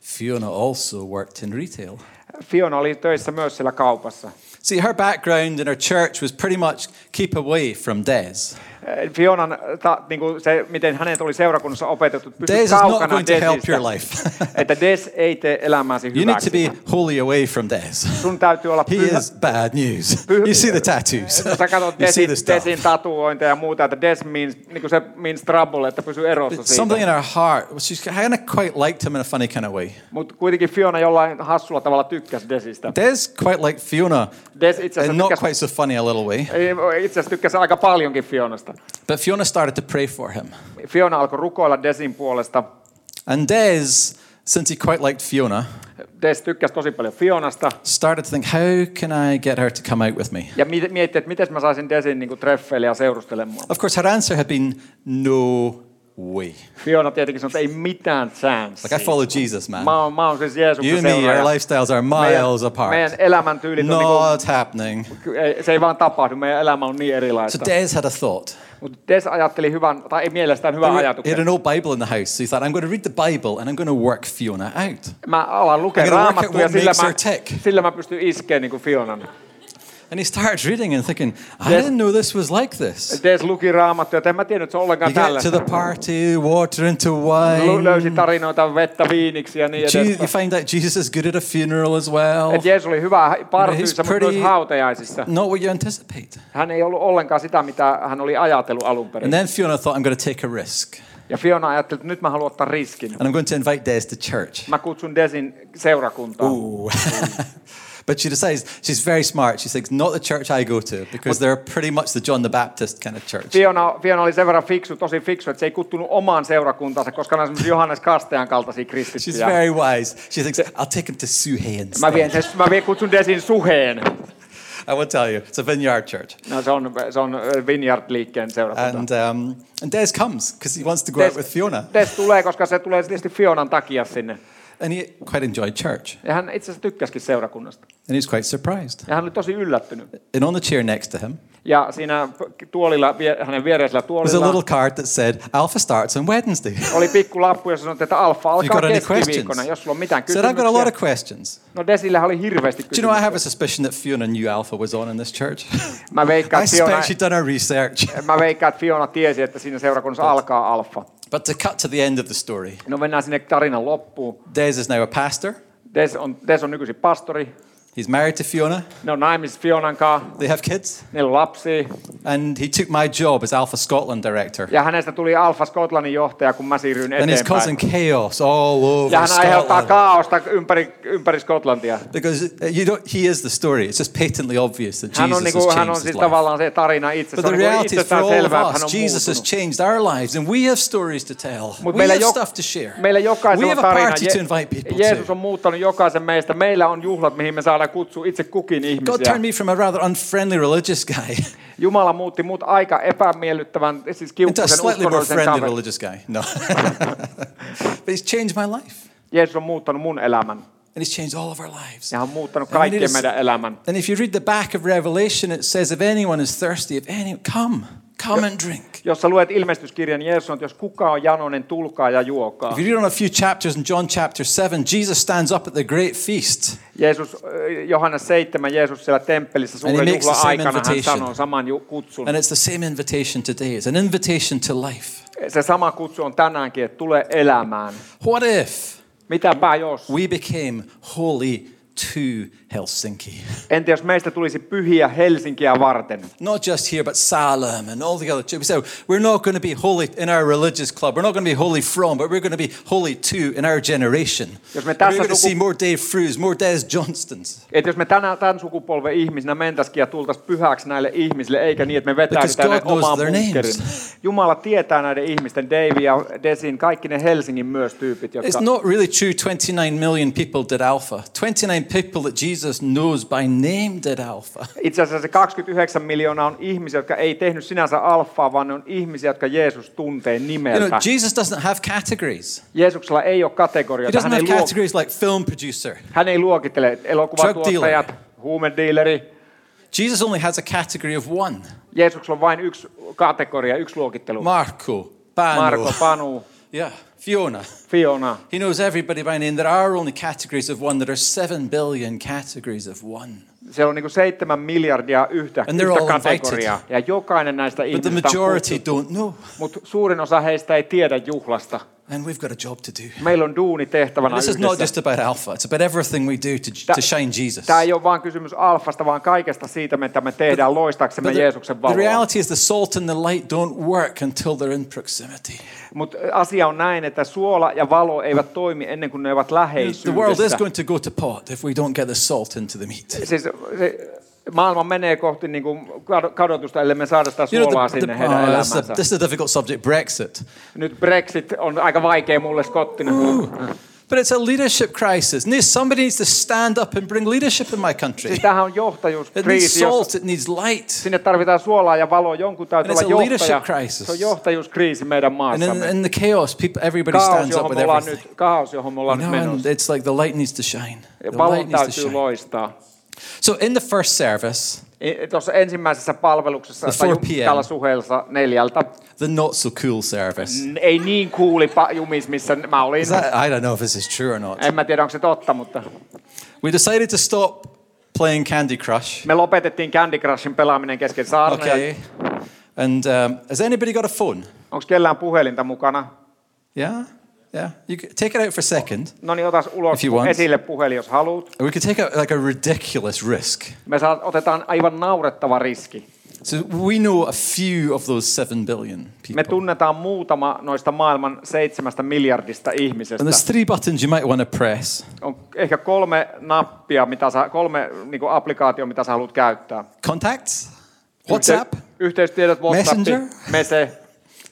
Fiona also worked in retail.
Fiona oli töissä myös siellä kaupassa.
See, her background in her church was pretty much keep away from Des.
Eh, Fionan, ta, niin kuin se, miten hänen oli seurakunnassa opetettu, pysy
Des is not
kaukana
going to help
Desistä,
your life.
että Des ei tee elämääsi
you need to
hyväksi.
be wholly away from Des.
Sun täytyy olla
He
pyhä.
is bad news. You see the tattoos.
Sä katsot
You see
Desin,
the stuff.
Desin tatuointeja ja muuta, että Des means, niin kuin se means trouble, että pysy erossa
Something in
siitä.
her heart. well, She's kind of quite liked him in a funny kind of way.
Mutta kuitenkin Fiona jollain hassulla tavalla tykkäsi Desistä.
Des quite liked Fiona,
Des itse
and
asiassa
not
tykkäsi,
quite so funny a little way.
ei, itse asiassa tykkäsi aika paljonkin Fionasta.
But Fiona started to pray for him.
Fiona alkoi rukoilla Desin puolesta.
And Des, since he quite liked Fiona,
Des tykkäsi tosi paljon Fionasta
started to think, how can I get her to come out with me?
ja mi- mietti, että miten mä saisin Desin niin treffeille ja seurustelemaan.
Of course, her answer had been, no way.
Fiona tietenkin sanoi, että ei mitään
Like, I
chanssiä.
follow Jesus, man.
Mä oon, mä oon siis Jeesuksen
You and me, our
seuraaja.
lifestyles are miles
Meidän, meidän
apart. No-
elämäntyylit on niin
Not happening.
Ky- ei- se ei vaan tapahdu, meidän elämä on niin
So
erilaista.
Des had a thought.
Mutta Des ajatteli hyvän, tai ei mielestään
He
hyvän
had
ajatuksen.
an old Bible in the house, so he thought, I'm going to read the Bible and I'm going to work Fiona out.
Mä alan lukea
I'm gonna work
raamattua
at
ja
what
sillä
makes
mä,
her tick.
sillä mä pystyn iskeä niin kuin Fionan.
And he starts reading and thinking, I
Des-
didn't know this was like this.
Des luki raamattua, että en mä tiedä, että se on ollenkaan
You get to
tällaista.
the party, water into
Lu-
wine.
Löysi tarinoita vettä viiniksi ja niin
Je- you
edelleen.
find out Jesus is good at a funeral as well.
Et Jeesus oli hyvä partyissä,
No, he's
mutta
pretty-
myös hautajaisissa.
Not what you anticipate.
Hän ei ollut ollenkaan sitä, mitä hän oli ajatellut alun
And
perin.
then Fiona thought, I'm going to take a risk
Ja Fiona ajatteli, että nyt mä haluan ottaa riskin.
and I'm going to invite Des to church.
Mä kutsun Desin seurakuntaan.
Ooh. but she decides, she's very smart. She thinks, not the church I go to, because they're pretty much the John the Baptist kind of church.
Fiona, Fiona oli sen verran fiksu, tosi fiksu, että se ei kuttunut omaan seurakuntaansa, koska ne on semmoisia Johannes Kastajan kaltaisia
She's
kristittyjä.
very wise. She thinks, I'll take him to Suhey
Mä, vien,
instead.
sen, mä vien kutsun Desin suheen.
I will tell you, it's a vineyard church.
No, se on, se on Vineyard-liikkeen seurakunta.
And, um, and Des comes because he wants to go out with Fiona.
Des tulee, koska se tulee tietysti Fionan takia sinne.
And he quite enjoyed church.
Ja hän itse asiassa tykkäsikin seurakunnasta.
And he was quite surprised.
Ja hän oli tosi yllättynyt.
And on the chair next to him,
Ja siinä tuolilla, vie- hänen viereisellä
was a little
tuolilla
card that said Alpha starts on Wednesday.
oli pikku lappu, jossa sanottiin, että alfa alkaa
got any
keskiviikkona,
questions?
jos sulla on mitään
Said I've got a lot
kysymyksiä.
of questions.
No Desillähän oli hirveästi
Do you know I
kysymyksiä.
have a suspicion that Fiona knew Alpha was on in this church?
Mä
I
veikkaan, että Fiona,
suspect she'd done her research.
mä veikkaan, että Fiona tiesi, että siinä seurakunnassa alkaa alfa.
But to cut to the end of the story,
No mennään sinne tarinan loppuun.
Des is now a pastor.
Des on, Des on nykyisin pastori.
He's married to Fiona.
Ne on naimisissa Fionan kanssa.
They have kids.
Niillä on lapsia.
And he took my job as Alpha Scotland director.
Ja hänestä tuli Alfa Skotlannin johtaja, kun mä siirryin
And he's causing
eteenpäin.
chaos all over
Ja hän aiheuttaa
Scotland.
kaaosta ympäri, ympäri Skotlantia.
Because uh, you don't, he is the story. It's just patently obvious that
Hän
Jesus
on,
has
niinku, hän on
changed
siis
his life.
tavallaan se tarina itse.
But
Se on
the
niinku
reality is for
itsestään
all of
selvää, että hän on
us, Jesus has
muuttunut.
changed our lives and we have stories to tell.
Mut
we
meillä,
have
jo,
stuff to share.
meillä
we
jokaisella
have
on
a
tarina.
party
Je-
to invite people
Jeesus
to.
on muuttanut jokaisen meistä. Meillä on juhlat, mihin me saadaan kutsua itse kukin
God turned
ihmisiä.
me from a rather unfriendly religious guy
Jumala muutti mut aika epämiellyttävän, siis
into a
kiukkuisen
slightly more
uskonnollisen
friendly
kaverin.
religious guy. No. but he's changed my life.
Jeesus on muuttanut mun elämän.
And he's changed all of our lives.
Ja hän on muuttanut
And we need
kaikkien
to-
meidän elämän.
And if you read the back of Revelation, it says, if anyone is thirsty, if any, come, come and drink.
Jos sä luet ilmestyskirjan, Jeesus sanoo, että jos kuka on janoinen, tulkaa ja juokaa.
If you read on a few chapters in John chapter 7, Jesus stands up at the great feast.
Jeesus, äh, Johannes 7, Jeesus siellä temppelissä
And he
suuren
makes the
juhlan
same
aikana hän
invitation.
sanoo saman ju- kutsun.
And it's the same invitation today. It's an invitation to life.
Se sama kutsu on tänäänkin, että tule elämään.
What if
Mitäpä jos?
we became holy to Helsinki?
Entä jos meistä tulisi pyhiä Helsinkiä varten?
Not just here, but Salem and all the other churches. So we're not going to be holy in our religious club. We're not going to be holy from, but we're going to be holy to in our generation.
Jos me
We're
tässä
going to
suku-
see more Dave Frews, more Des Johnstons.
Että jos me tänään tämän sukupolven ihmisinä mentäisikin ja tultaisiin pyhäksi näille ihmisille, eikä niin, että me
Because
vetäydytään
God
ne
knows
omaan
their names.
bunkkerin. Jumala tietää näiden ihmisten, Dave ja Desin, kaikki ne Helsingin myös tyypit, jotka...
It's not really true 29 million people did Alpha. 29 people that Jesus knows by name did Alpha.
Itse asiassa se 29 miljoonaa on ihmisiä, jotka ei tehnyt sinänsä alfaa, vaan ne on ihmisiä, jotka Jeesus tuntee
You know,
nimeltä.
Jesus doesn't have categories.
Jeesuksella ei ole
He
kategorioita.
doesn't
Hän ei,
have
luo,
categories like film producer.
hän ei luokitele elokuvatuottajat, huumedealeri.
Jesus only has a category of one.
Jeesuksella on vain yksi kategoria, yksi luokittelu.
Marco, Bano.
Marko, Panu,
Yeah, Fiona.
Fiona.
He knows everybody by name. There are only categories of one. There are 7 billion categories of one.
Siellä on niin seitsemän miljardia yhtä,
And they're
yhtä
all
kategoriaa. Ja jokainen näistä
But the
ihmisistä on
majority don't know.
Mutta suurin osa heistä ei tiedä juhlasta.
And we've got a job to do.
Meillä on duuni tehtävänä
This is not
yhdessä.
just about Alpha. It's about everything we do to, to shine Jesus.
Tämä ei ole vain kysymys alfasta, vaan kaikesta siitä, mitä me tehdään loistaksemme
But the,
Jeesuksen
the
valoa.
reality is the salt and the light don't work until they're in proximity.
Mutta asia on näin, että suola ja valo eivät toimi ennen kuin ne ovat
The world is
läheisyydessä.
going to go to pot if we don't get the salt into the meat.
Siis se, maailma menee kohti niin kuin kadotusta, ellei me saada sitä
You know,
suolaa
the- the-
sinne heidän
oh, that's a-
elämänsä.
this is a difficult subject, Brexit.
Nyt Brexit on aika vaikea mulle skottina.
But it's a leadership crisis. Needs- Somebody needs to stand up and bring leadership in my country.
Siis tämähän on
niin. It needs
johtajuuskriisi. Jos
salt, it needs light.
sinne tarvitaan suolaa ja valoa, jonkun täytyy
And it's
olla
a leadership
johtaja.
crisis.
Se on johtajuuskriisi meidän
And in,
maassamme.
in the chaos, people, everybody
Kaos,
stands up
johon
with
me ollaan
everything.
nyt, kaos, johon me ollaan
You know,
nyt
and
menossa.
it's like the light needs to shine. The light
Valon
needs to
täytyy
shine.
loistaa.
So in the first service,
I- Tuossa ensimmäisessä palveluksessa
The
tai
4 p.m..
täällä suhelsa neljältä.
the not so cool service.
N- Ei niin kuuli pa- jumis, missä mä olin.
Is that- I don't know if this is true or not.
En mä tiedä, onko se totta, mutta
We decided to stop playing Candy Crush.
me lopetettiin Candy Crushin pelaaminen kesken saarnan.
Okay. And um, has anybody got a phone?
Onko kellään puhelinta mukana?
Yeah? Yeah. You could take it out for a second.
No niin, otas ulos
If you want.
esille puhelin, jos haluat.
We could take out like a ridiculous risk.
Me saa, otetaan aivan naurettava riski.
So we know a few of those 7 billion
Me
people.
tunnetaan muutama noista maailman seitsemästä miljardista ihmisestä.
And there's three buttons you might want to press.
On ehkä kolme nappia, mitä sä, kolme niin kuin applikaatio, mitä sä haluat käyttää.
Contacts, WhatsApp,
Yhte- yhteystiedot, WhatsApp,
Messenger?
Mese.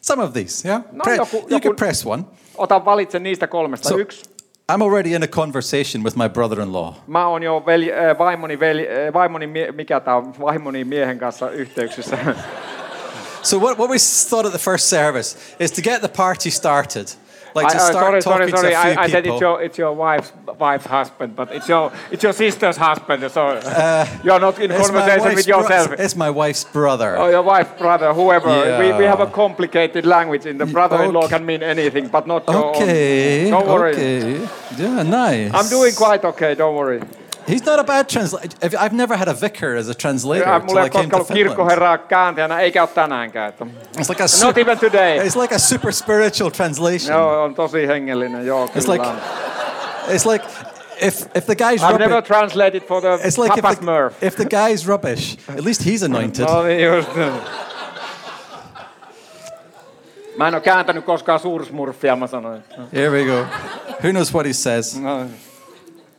some of these, yeah?
No,
Pre-
joku-
you
joku-
could press one.
Ota valitse niistä kolmesta
So-
so. yksi.
I'm already in a conversation with my brother-in-law.
Mä oon jo veli, äh, vaimoni, veli, äh, vaimoni mie, mikä tää on, vaimoni miehen kanssa yhteyksissä.
So what, what we thought at the first service is to get the party started. Like to
I- I-
start
sorry,
talking
sorry,
to
sorry.
a
I,
few
I said
people.
it's your, it's your wife's, wife's husband, but it's your, it's your sister's husband. So you're not in
Uh, It's my
conversation
wife's
with
bro-
yourself. Oh,
it's my wife's brother.
Or your wife, brother, whoever. We, we have a
Yeah.
complicated language, and the brother-in-law
okay.
can mean anything, but not your own.
Okay.
Don't worry.
Okay. Yeah, nice.
I'm doing quite okay, don't worry.
He's not a bad translator. I've never had a vicar as a translator
Mulla
till I
ei ole
came
koskaan
to
ollut
Finland.
kirkkoherraa kääntäjänä, eikä ole tänäänkään. Että.
It's like a
Not
super,
even today.
it's like a super spiritual translation.
Joo, on tosi hengellinen, joo,
It's
kyllä.
like it's like if if the guy's
I've never
rubbish,
translated for the
it's like
Papa
if the,
Smurf.
if the guy's rubbish, at least he's anointed.
No niin just. Mä en ole kääntänyt koskaan suursmurfia, mä sanoin.
Here we go. Who knows what he says?
No.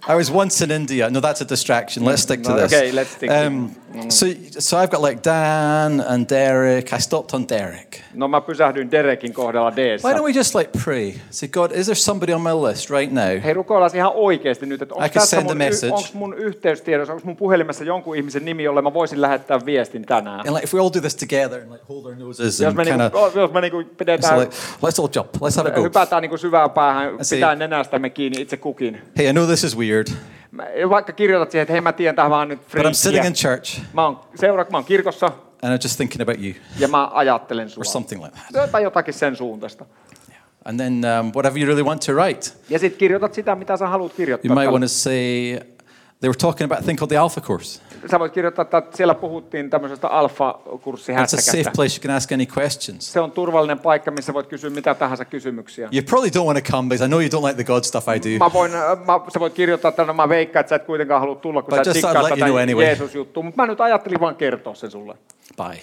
I was once in India. No, that's a distraction. Let's stick to
No,
this. Um,
okay, let's stick to Mm.
So, so I've got like Dan and Derek. I stopped on Derek.
no mä pysähdyin Derekin kohdalla d
Why don't we just like pray? Say, God, is there somebody on my list right now?
Hei rukoillaan ihan oikeasti nyt, että onko
I can
tässä
send
mun,
a message.
y- onks mun yhteystiedossa, onko mun puhelimessa jonkun ihmisen nimi, jolle mä voisin lähettää viestin tänään.
And like, if we all do this together and like hold our noses
Jos
and
me,
kind
niinku,
of,
jos me niinku pidetään,
like, let's all jump. Let's have a go.
hypätään niinku syvään päähän,
see.
pitää nenästämme kiinni itse kukin.
Hey, I know this is weird,
Mä- Vaikka kirjoitat siihen, että hei mä tiedän tähän vaan nyt
but I'm sitting
friikkiä.
in church
Mä oon, seura, mä oon kirkossa
and I'm just thinking about you
ja mä ajattelen
or
sua.
something like that.
Tai jotakin sen suuntaista.
And then um, whatever you really want to write,
Ja sitten kirjoitat sitä, mitä sä haluat
you
kirjoittaa.
might want
Wanna...
to say, they were talking about a thing called the Alpha Course.
Sä voit kirjoittaa, että siellä puhuttiin tämmöisestä
It's a safe
alfa-kurssihässäkästä.
place you can ask any questions.
Se on turvallinen paikka, missä voit kysyä mitä tahansa kysymyksiä.
You probably don't want to come because I know you don't like the God stuff I do.
Mä voin, äh, mä, sä voit kirjoittaa tänne, mä veikkaan, että sä et kuitenkaan halua tulla, kun
But
sä
just
et
I'll
tikkaa
let you
tätä
know anyway.
Jeesus-juttua. Mutta mä nyt ajattelin vaan kertoa sen sulle.
Bye.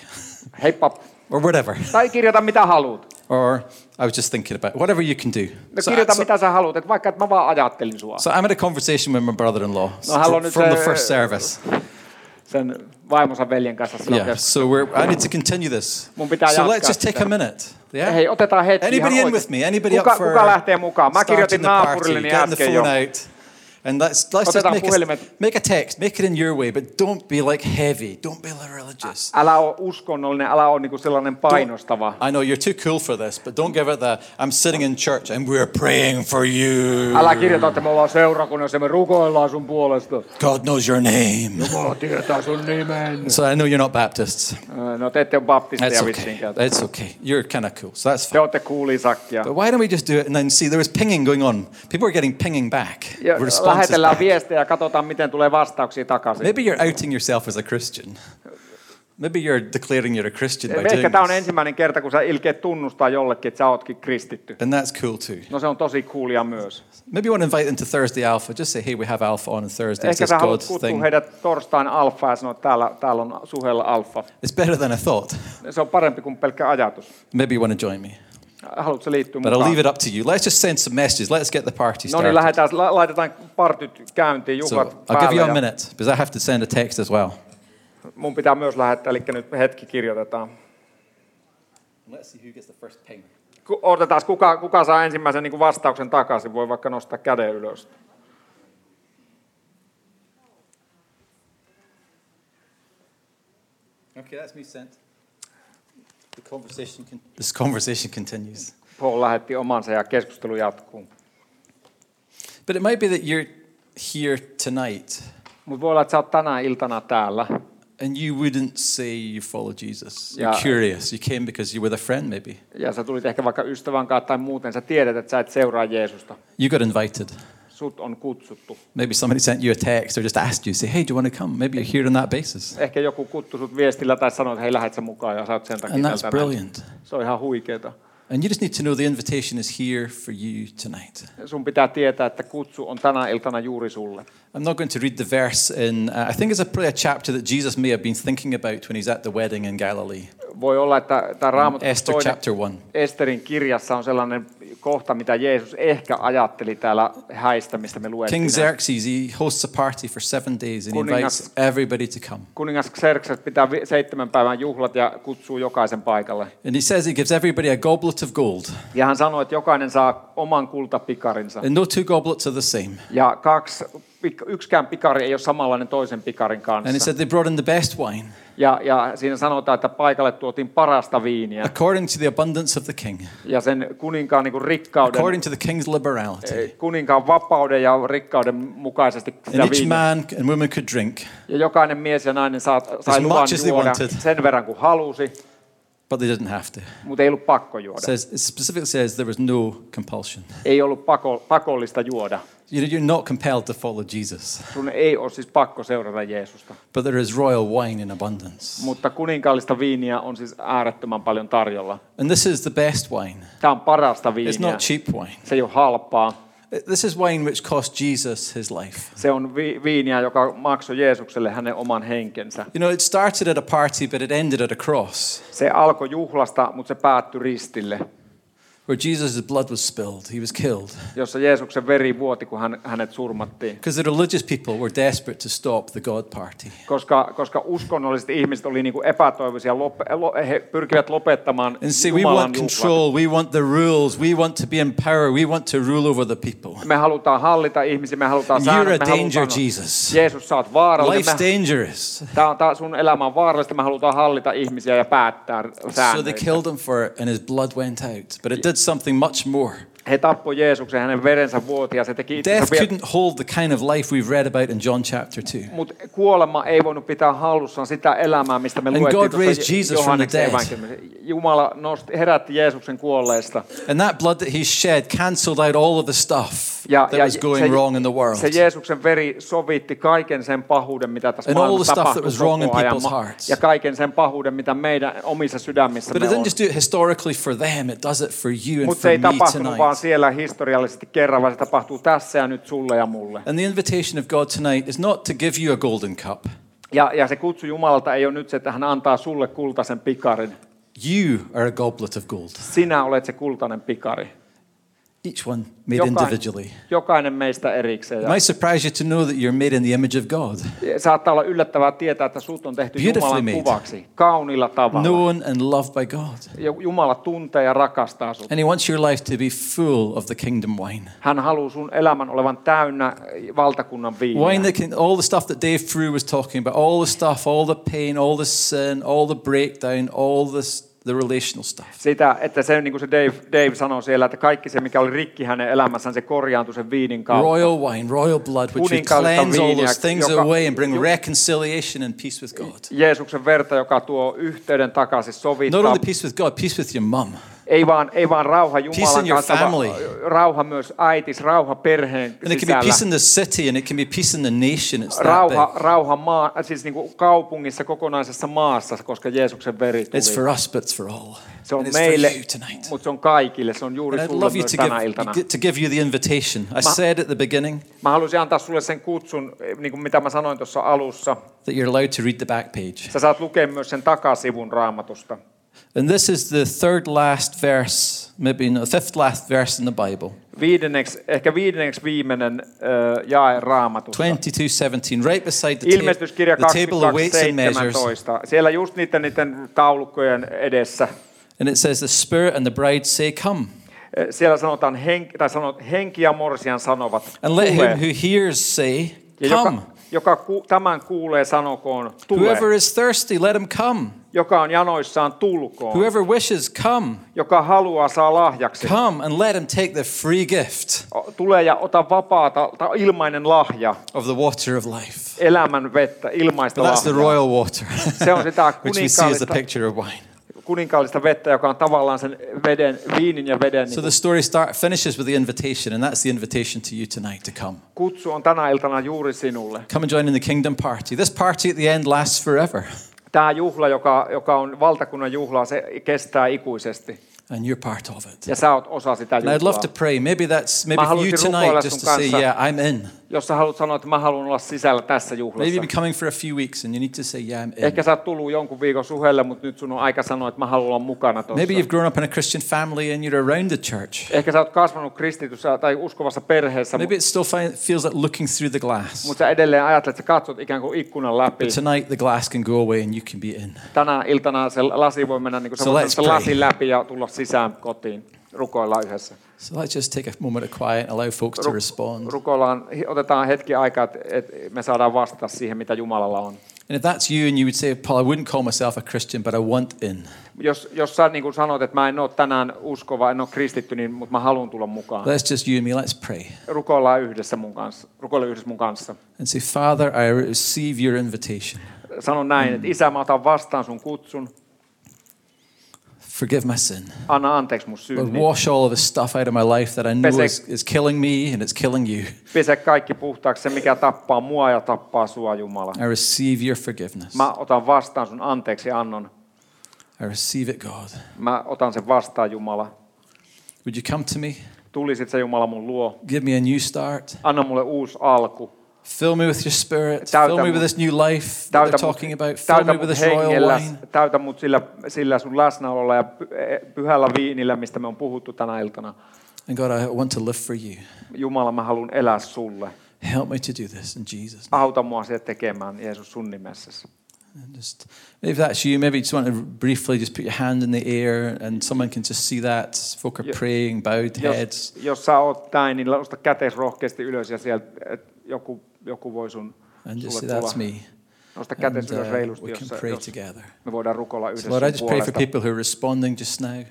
Heippa.
Or whatever.
Tai kirjoita mitä haluat.
Or I was just thinking about whatever you can do.
No
So-
kirjoita
so-
mitä sä haluat, että vaikka että mä vaan ajattelin sua.
So I'm in a conversation with my brother-in-law
No, how long
fr-
is
from the
the-
first service.
Sen vaimonsa veljen kanssa silloin.
Yeah.
Yes.
So we're, I need to continue this.
Mun pitää
So let's
jatkaa
just take
sitä.
a minute. Yeah.
Hei, otetaan hetki
Anybody
ihan
in with
oikein.
me? Anybody
kuka,
up for
kuka lähtee mukaan? Mä
starting
kirjoitin
the party,
naapurilleni
getting the
äsken jo.
phone out. And let's, let's just
Otetaan
make a,
puhelimet.
make a text, make it in your way, but don't be like heavy, don't be like religious.
Älä ole uskonnollinen, älä ole niinku sellainen painostava.
I know you're too cool for this, but don't give it the I'm sitting in church and we're praying for you.
Älä kirjoita, että me ollaan seurakunnassa ja me rukoillaan sun puolesta.
God knows your name.
Jumala tietää sun nimen.
So I know you're not Baptists.
No te ette ole
That's
baptisteja
okay.
vissiinkään.
That's okay. You're kind of cool. So that's
Te
fine.
olette kuulisakkia.
But why don't we just do it and then see there was pinging going on. People are getting pinging back.
Ja
Responses
lähetellään
back.
viestejä ja katsotaan, miten tulee vastauksia takaisin.
Maybe you're outing yourself as a Christian. Maybe you're declaring you're a Christian by
Ehkä
doing
tämä on
this.
ensimmäinen kerta, kun sä ilkeet tunnustaa jollekin, että sä ootkin kristitty.
And that's cool too.
No se on tosi kuulia myös.
Maybe you want to invite them to Thursday Alpha. Just say, hey, we have Alpha on on Thursday. It's
Ehkä
this
sä
God
haluat kutsua
thing.
heidät torstain alfa ja sanoa, että täällä, täällä on suhella alfa.
It's better than I thought.
Se on parempi kuin pelkkä ajatus.
Maybe you want to join me.
Haluatko liittyä
But I'll
mukaan?
leave it up to you. Let's just send some messages. Let's get the party
No niin,
started.
lähdetään, la- laitetaan partyt käyntiin,
So
juhlat
I'll give
päälle.
you a
Ja
minute because I have to send a text as well.
mun pitää myös lähettää, eli nyt hetki kirjoitetaan.
Let's see who gets the first ping.
Ku- Otetaan, kuka, kuka saa ensimmäisen niin kuin vastauksen takaisin. Voi vaikka nostaa käden ylös.
Okay, that's me sent. The conversation con- this conversation continues.
Paul lähetti omansa ja keskustelu jatkuu.
But it might be that you're here tonight
Mutta voi olla, että sä oot tänään iltana täällä.
and you wouldn't say you follow Jesus. You're
Yeah.
curious. You came because you were with a friend, maybe.
Ja sä tulit ehkä vaikka ystävän kanssa tai muuten. Sä tiedät, että sä et seuraa Jeesusta.
You got invited.
Sut on kutsuttu.
Maybe somebody sent you a text or just asked you, say, hey, do you want to come? Maybe you're here on that basis.
Ehkä joku kutsui sut viestillä tai sanoi, että hei, lähet sä mukaan ja sä oot sen takia
And that's
täällä tänään.
brilliant.
Se on ihan huikeeta.
And you just need to know the invitation is here for you tonight.
Sun pitää tietää, että kutsu on tänä iltana juuri sulle.
I'm not going to read the verse in, uh, I think it's a, probably a chapter that Jesus may have been thinking about when he's at the wedding in Galilee.
Voi olla, että tämä Raamattu
Mm, Esther
toinen
chapter 1.
Esterin kirjassa on sellainen kohta, mitä Jeesus ehkä ajatteli täällä häistä, mistä me luettiin.
King Xerxes, he hosts a party for seven days and he invites everybody to come.
Kuningas Xerxes pitää vi- seitsemän päivän juhlat ja kutsuu jokaisen paikalle.
And he says he gives everybody a goblet of gold.
Ja
Mm.
hän sanoi, että jokainen saa oman kultapikarinsa.
And no two goblets are the same.
Ja kaksi pik- yksikään pikari ei ole samanlainen toisen pikarin
And he
kanssa.
said they brought in the best wine
Ja, ja siinä sanotaan, että paikalle tuotiin parasta viiniä
according to the abundance of the king,
ja sen kuninkaan niin kuin rikkauden,
according to the king's
Eh,
liberality.
kuninkaan vapauden ja rikkauden mukaisesti sitä
And each
viiniä.
man and woman could drink,
Ja jokainen mies ja nainen saa, sai
much
luvan
as they
juoda
wanted.
sen verran kuin halusi,
but they didn't have to. It,
mutta ei ollut pakko juoda.
says, it specifically says there was no compulsion.
Ei ollut pako, pakollista juoda.
You know, you're not compelled to follow Jesus,
Sun ei ole siis pakko seurata Jeesusta.
but there is royal wine in abundance.
Mutta kuninkaallista viiniä on siis äärettömän paljon tarjolla.
And this is the best wine.
Tämä on parasta
It's
viiniä.
not cheap wine.
Se ei ole halpaa.
This is wine which cost Jesus his life.
Se on vi- viiniä, joka maksoi Jeesukselle hänen oman henkensä.
You know, it started at a party, but it ended at a cross
Se alkoi juhlasta, mutta se päättyi ristille,
where Jesus' blood was spilled. He was killed.
jossa Jeesuksen veri vuoti, kun hän, hänet surmattiin.
Because the religious people were desperate to stop the God party.
Koska, koska uskonnolliset ihmiset oli niin kuin epätoivoisia, lop, lo, he pyrkivät lopettamaan
And say, we
Jumalan
want
juhlat.
control, we want the rules, we want to be in power, we want to rule over the people.
Me halutaan hallita ihmisiä, me halutaan
You're
säännöt,
a
me
danger,
halutaan...
Jesus.
Jeesus, sä oot vaarallinen.
Life's
Me,
dangerous.
tää on, tää, sun elämä on vaarallista, me halutaan hallita ihmisiä ja päättää
So they
säännöitä.
killed him for it, and his blood went out. But it did something much more.
He tappoi Jeesuksen, hänen verensä vuoti ja se teki
Death
itsensä vielä.
couldn't hold the kind of life we've read about in John chapter 2.
Mutta kuolema ei voinut pitää hallussaan sitä elämää, mistä me
And God
luettiin
raised
tuossa Je-
Jesus from the
Johanneksen
dead.
evankeliumissa. Jumala nosti, herätti Jeesuksen kuolleista.
And that blood that he shed cancelled out all of the stuff
Ja,
that
ja
was going wrong in the world.
se Jeesuksen veri sovitti kaiken sen pahuuden, mitä tässä
And all the
maailmassa
stuff that
tapahtui
was wrong in
koko ajan.
people's
Ma-
hearts.
Ja kaiken sen pahuuden, mitä meidän omissa sydämissä
But it
me on.
didn't just do it historically for them, it does it for you and
Mutta se
for
ei
me
tapahtunut vaan
tonight.
siellä historiallisesti kerran, vaan se tapahtuu tässä ja nyt sulle ja mulle.
And the invitation of God tonight is not to give you a golden cup.
Ja, ja se kutsu Jumalalta ei ole nyt se, että hän antaa sulle kultaisen pikarin.
You are a goblet of gold,
Sinä olet se kultainen pikari.
each one made
Jokainen,
individually.
jokainen meistä erikseen.
It
Ja
might surprise you to know that you're made in the image of God,
saattaa olla yllättävää tietää, että sut on tehty
Beautifully
Jumalan
made. No-
kuvaksi. Kaunilla tavalla.
known and loved by God.
Ja Jumala tuntee ja rakastaa sut.
And He wants your life to be full of the kingdom wine.
Hän haluaa sun elämän olevan täynnä valtakunnan viiniä.
Wine that can, all the stuff that Dave Frew was talking about, all the stuff, all the pain, all the sin, all the breakdown, all this, the relational stuff.
Sitä, että se, niin kuin se Dave, Dave sanoi siellä, että kaikki se, mikä oli rikki hänen elämässään, se korjaantui sen viinin kautta.
Royal wine, royal blood, which would
Kuninkaallista
cleanse all
viiniä,
those things
joka-
away and bring
ju-
reconciliation and peace with God.
Jeesuksen verta, joka tuo yhteyden takaisin
Not
sovittaa.
only peace with God, peace with your mum.
Ei vaan, ei vaan rauha Jumalan
in your
kanssa, vaan
family.
rauha myös äitis, rauha perheen
And it can be peace in
sisällä.
the city and it can be peace in the nation. It's that
Rauha,
big.
rauha maa, siis niin kuin kaupungissa, kokonaisessa maassa, koska Jeesuksen veri tuli.
It's for us, but it's for all.
se on
and it's
meille,
for you tonight.
mutta se on kaikille. Se on juuri
And I'd
sulle
love you
myös
to
tänä
give,
iltana.
gi- to give you the invitation. I said at the beginning
Mä haluaisin antaa sulle sen kutsun, niin kuin mitä mä sanoin tuossa alussa.
that you're allowed to read the back page.
Sä saat lukea myös sen takasivun raamatusta.
And this is the third last verse, maybe no, fifth last verse in the Bible.
Viidenneksi, ehkä viidenneksi viimeinen äh, jae raamatusta.
22:17, right beside the, table.
Ilmestyskirja
the table of weights and measures.
22.17. Siellä just niiden, niiden taulukkojen edessä.
And it says, The Spirit and the bride say, Come.
eh, Siellä sanotaan, henki, tai sanot, henki ja morsian sanovat,
And let
tule.
him who uh, hears say,
Ja joka,
Come.
joka ku, tämän kuulee, sanokoon, tule.
Whoever is thirsty, let him come.
Joka on janoissaan, tulkoon.
Whoever wishes, come.
Joka haluaa, saa lahjaksi.
Come and let him take the free gift
O- Tule ja ota vapaata, tai ilmainen lahja,
of the water of life.
elämän vettä, ilmaista
But that's the
lahjaa.
royal water,
Se on sitä
which we see as Oh, the
kuninkaallista,
picture of wine.
kuninkaallista vettä, joka on tavallaan sen veden, viinin ja veden.
So
So
the story start, finishes with the invitation, and that's the invitation to you tonight to come.
Kutsu on tänä iltana juuri sinulle.
Come and join in the kingdom party. This party at the end lasts forever,
Tämä juhla, joka, joka on valtakunnan juhla, se kestää ikuisesti.
and you're part of it.
Ja sä oot osa sitä
And I'd love
juhlaa.
to pray. Maybe that's maybe
Mä
for you
haluaisin
tonight
rukoilla
just to
sun
say,
kanssa.
yeah, I'm in.
Jos sä haluat sanoa, että mä haluan olla sisällä tässä
Maybe
juhlassa.
you've been coming for a few weeks and you need to say, yeah, I'm in.
Ehkä sä oot tullut jonkun viikon suhelle, mutta nyt sun on aika sanoa, että mä haluan olla mukana tuossa.
Maybe you've grown up in a Christian family and you're around the church.
Ehkä sä oot kasvanut kristityssä tai uskovassa perheessä,
Maybe
Maybe...
it still fi- feels like looking through the glass.
mutta sä edelleen ajattelet, että sä katsot ikään kuin ikkunan läpi.
But tonight the glass can go away and you can be in.
Tänä iltana se lasi voi mennä niin kuin
So
so
let's pray.
lasin läpi ja tulla sisään kotiin. Rukoillaan yhdessä.
So let's just take a moment of quiet and allow folks to respond.
rukoillaan, otetaan hetki aikaa, että et me saadaan vastata siihen, mitä Jumalalla on.
And if that's you and you would say, Paul, I wouldn't call myself a Christian, but I want in,
Jos, jos sä niin kuin sanot, että mä en ole tänään uskova, en ole kristitty, niin, mutta mä haluan tulla mukaan.
let's just you and me, let's pray
Rukoillaan yhdessä mun kanssa. Rukoile yhdessä mun kanssa.
and say, Father, I receive your invitation.
Sano näin,
Mm.
että isä, mä otan vastaan sun kutsun.
Forgive my sin.
Anna anteeksi mun
Lord,
synnit.
wash all of the stuff out of my life that I know
Pesek-
is, is killing me and it's killing you.
Pese kaikki puhtaaksi se, mikä tappaa mua ja tappaa sua, Jumala.
I receive your forgiveness.
Mä otan vastaan sun anteeksi annon.
I receive it, God.
Mä otan sen vastaan, Jumala.
Would you come to me?
Tulisit se Jumala mun luo.
Give me a new start.
Anna mulle uusi alku.
Fill me with your spirit.
Täytä
Fill me
mut-
with this new life that
Täytä
they're
mut,
talking about. Fill
täytä
me with
mut
this royal
hengelläs,
wine.
täytä mut sillä, sillä sun läsnäololla ja py- e, pyhällä viinillä, mistä me on puhuttu tänä iltana.
And God, I want to live for you.
Jumala, mä haluan elää sulle.
Help me to do this in Jesus' name.
Auta mua siihen tekemään, Jeesus, sun nimessäsi.
And just, if that's you, maybe you just want to briefly just put your hand in the air and someone can just see that. Folk are
Yeah.
praying, bowed heads.
Jos, jos sä oot näin, niin nosta kätes rohkeasti ylös ja sieltä et joku, joku voi sun
And just say,
sulle tulla.
that's me.
Nosta
And,
kätes ylös
uh,
reilusti,
we
jos,
can
sä-
pray
jos
together.
me voidaan rukoilla yhdessä
So Lord, I
sun
just pray for
puolesta.
people who are responding just now.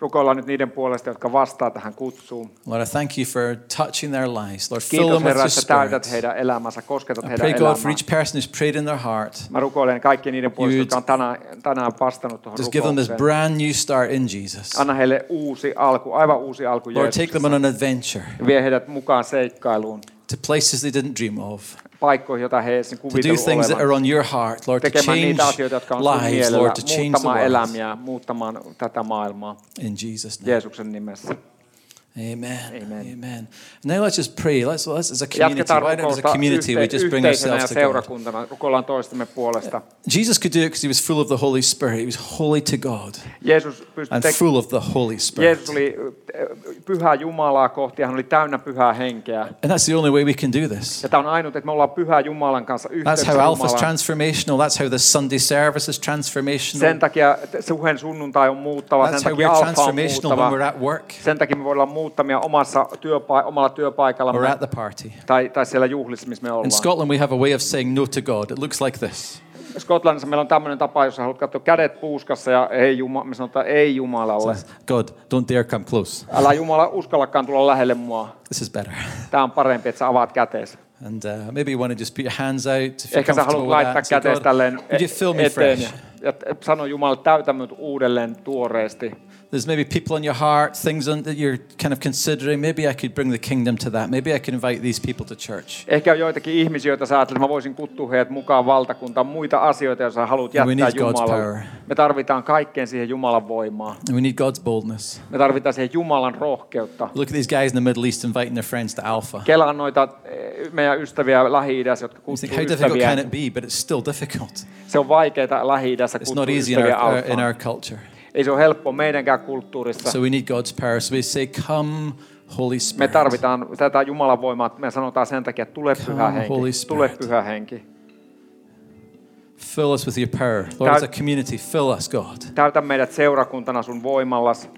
Rukoillaan nyt niiden puolesta, jotka vastaa tähän kutsuun.
Lord, I thank you for touching their lives. Lord, fill
Kiitos
them with
Herra,
your
että täytät
spirit.
heidän elämänsä, kosketat
I
heidän
pray, God, for
elämää.
each person who's prayed in their heart.
Mä rukoilen kaikkien niiden puolesta,
You'd-
jotka on tänään, tänään vastannut tuohon
Just give them this
rukoukseen.
brand new start in Jesus.
Anna heille uusi alku, aivan uusi alku
Lord, take them
Jeesuksessa.
on an adventure
Vie heidät mukaan seikkailuun,
to places they didn't dream of,
paikkoihin, joita he eivät
to do
kuvitellut
things that are
olevan.
on your heart, Lord, to
tekemään
change
niitä asioita, jotka on sun
lives,
mielellä,
Lord, to change the
muuttamaan
world.
elämiä, muuttamaan tätä maailmaa
In Jesus' name.
Jeesuksen nimessä.
Amen.
Amen.
Amen. Now let's just pray. Let's, let's as a community,
Jatketaan
why don't as a
rukousta
community we
yhte-
just bring
yhteisönä ja
ourselves to God.
seurakuntana. Rukoillaan toistemme puolesta.
Jesus could do it because he was full of the Holy Spirit. He was holy to God
Jeesus, pystyi
and
tek-
full of the Holy Spirit.
Jeesus oli äh, pyhää Jumalaa kohti ja hän oli täynnä pyhää henkeä.
And that's the only way we can do this.
Ja tämä on ainut, että me ollaan pyhä Jumalan kanssa
That's
yhteydessä
how Alpha is
Jumalaan.
transformational. That's how this Sunday service is transformational.
Sen takia suhen sunnuntai on
That's
muuttava, sen
how we're
takia alfa on
transformational when
muuttava.
we're at work
Sen takia me voidaan muuttamia omassa työpa- omalla
or
työpaikalla
at the party.
tai, tai siellä juhlissa, missä me
In
ollaan.
Scotland, we have a way of saying no to God. It looks like this.
Skotlannissa meillä on tämmöinen tapa, jos sä haluat katsoa kädet puuskassa ja ei Juma, me sanotaan ei Jumalalle.
God, don't dare come close.
Älä Jumala uskallakaan tulla lähelle mua.
This is better.
Tämä on parempi, että sä avaat käteesi.
And uh, maybe you want to just put your hands out if you're
Ehkä sä
comfortable
haluat
with
laittaa
that. Say,
käteesi
God,
tälleen
would you fill me
eteen ja,
fresh?
ja sano Jumala, täytä minut uudelleen tuoreesti.
There's maybe people in your heart, things on, that you're kind of considering. Maybe I could bring the kingdom to that. Maybe I can invite these people to church.
Ehkä on joitakin ihmisiä, joita sä ajattelet, että mä voisin kuttua heidät mukaan valtakuntaan. Muita asioita, jos sä haluat
We
jättää
need God's power.
Jumalalle. Me tarvitaan kaikkeen siihen Jumalan voimaa.
And we need God's boldness.
Me tarvitaan siihen Jumalan rohkeutta.
Look at these guys in the Middle East inviting their friends to Alpha.
Kelaan noita eh, meidän ystäviä Lähi-idässä, jotka
You
kutsuu
think, how difficult can
ystäviä.
it be? But it's still difficult.
Se on vaikeaa Lähi-idässä
It's
kutsua
not easy in our,
ystäviä
our- in our
alfaan.
culture.
Ei se ole helppoa meidänkään kulttuurissa.
So we need God's power. So we say, Come, Holy
Me
Spirit.
tarvitaan tätä Jumalan voimaa. Me sanotaan sen takia, että tule pyhä
Come, Holy
henki.
Spirit.
Tule pyhä henki.
Fill us with your power. Lord,
Täyt-
as a community, fill us, God.
Täytä meidät seurakuntana sun voimallas.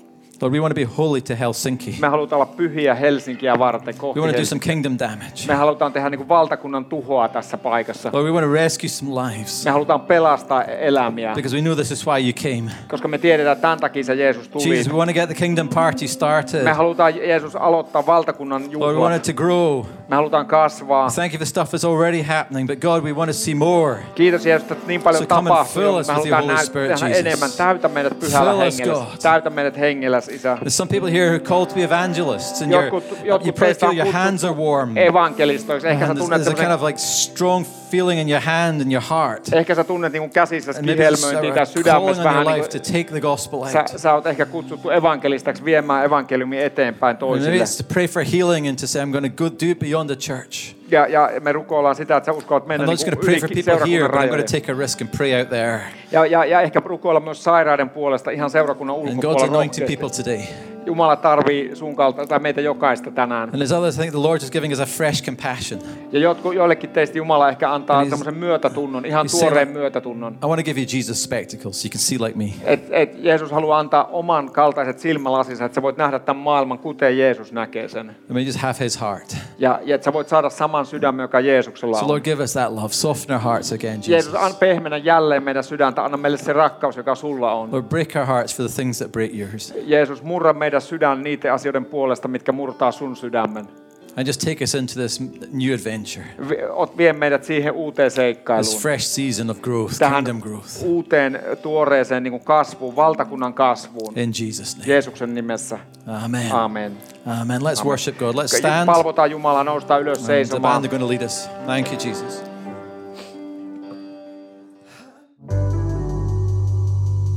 Lord, we want to be holy to Helsinki.
Me halutaan olla pyhiä Helsinkiä varten kohti
We want to do
Helsinkiä.
some kingdom damage.
Me halutaan tehdä niin valtakunnan tuhoa tässä paikassa.
Lord, we want to rescue some lives
Me halutaan pelastaa elämiä,
because we know this is why you came.
koska me tiedetään, että tämän takia se Jeesus tuli.
Jesus, we want to get the kingdom party started.
Me halutaan Jeesus aloittaa valtakunnan
Lord, we want
juhlat.
it to grow.
Me halutaan kasvaa.
Thank you for stuff that's already happening, but God, we want to see more.
Kiitos Jeesus, että niin paljon
So come and
tapahtuu.
fill
Me
us with your
halutaan
Holy Spirit,
näyttää
Jesus.
enemmän. Täytä meidät pyhällä
Fill us,
hengellä.
God.
Täytä meidät hengelläs, Isä.
There's some people here who are called to be evangelists, and you're,
Jotkut,
you
jotkut
pray
teistä
feel
on
your hands are warm.
kutsuttu evankelistoiksi. Ehkä sä
And there's,
tunnet,
there's a kind
semmosen-
of like strong feeling in your hand and your heart.
ehkä sä tunnet niin käsissä
And maybe there's
kihelmöintiä
a
tai
calling
sydämessä
on your
vähän niin
life to
kuin,
take the gospel
sä,
out.
sä oot ehkä kutsuttu evankelistaksi viemään evankeliumi eteenpäin
And Maybe
toisille.
it's to pray for healing and to say, I'm going to go do it beyond the church.
Ja, ja me rukoillaan sitä, että sä uskot mennä
I'm not just
niin
going to pray for
ylikin
people here,
seurakunnan
but I'm
rajojen.
going to take a risk and pray out there.
Ja, ja, ja ehkä rukoilla myös sairaiden puolesta ihan seurakunnan
And God's
ulkopuolella
anointing
rohkeasti.
people today.
Jumala tarvii sun kalta tai meitä jokaista tänään.
And there's other thing the Lord is giving us a fresh compassion.
Ja jotku, joillekin teistä Jumala ehkä antaa
Niin-
semmoisen myötätunnon, ihan
Niin se-
tuoreen myötätunnon.
I want to give you Jesus spectacles so you can see like me.
Et, et Jeesus haluaa antaa oman kaltaiset silmälasinsa, että sä voit nähdä tämän maailman, kuten Jeesus näkee sen.
I mean, just have His heart.
Ja, ja että sä voit saada saman sydämen, joka Jeesuksella
So
on.
Lord, give us that love. Soften our hearts again, Jesus.
Jeesus, anna pehmennä jälleen meidän sydäntä, anna meille se rakkaus, joka sulla on.
Lord, break our hearts for the things that break yours.
Jeesus, murra meidän sydän niiden asioiden puolesta, mitkä murtaa sun sydämen.
And just take us into this new adventure,
Vi- Ot, vie meidät siihen uuteen
this
seikkailuun.
fresh season of growth,
Tähän
kingdom growth.
uuteen tuoreeseen niin kuin kasvuun, valtakunnan kasvuun.
In Jesus' name.
Jeesuksen nimessä.
Amen.
Amen.
Amen. Let's worship God. Let's stand.
Palvotaan Jumalaa, noustaan ylös
And the
seisomaan.
band are going to lead us. Thank you, Jesus.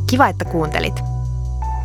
Kiva, että kuuntelit.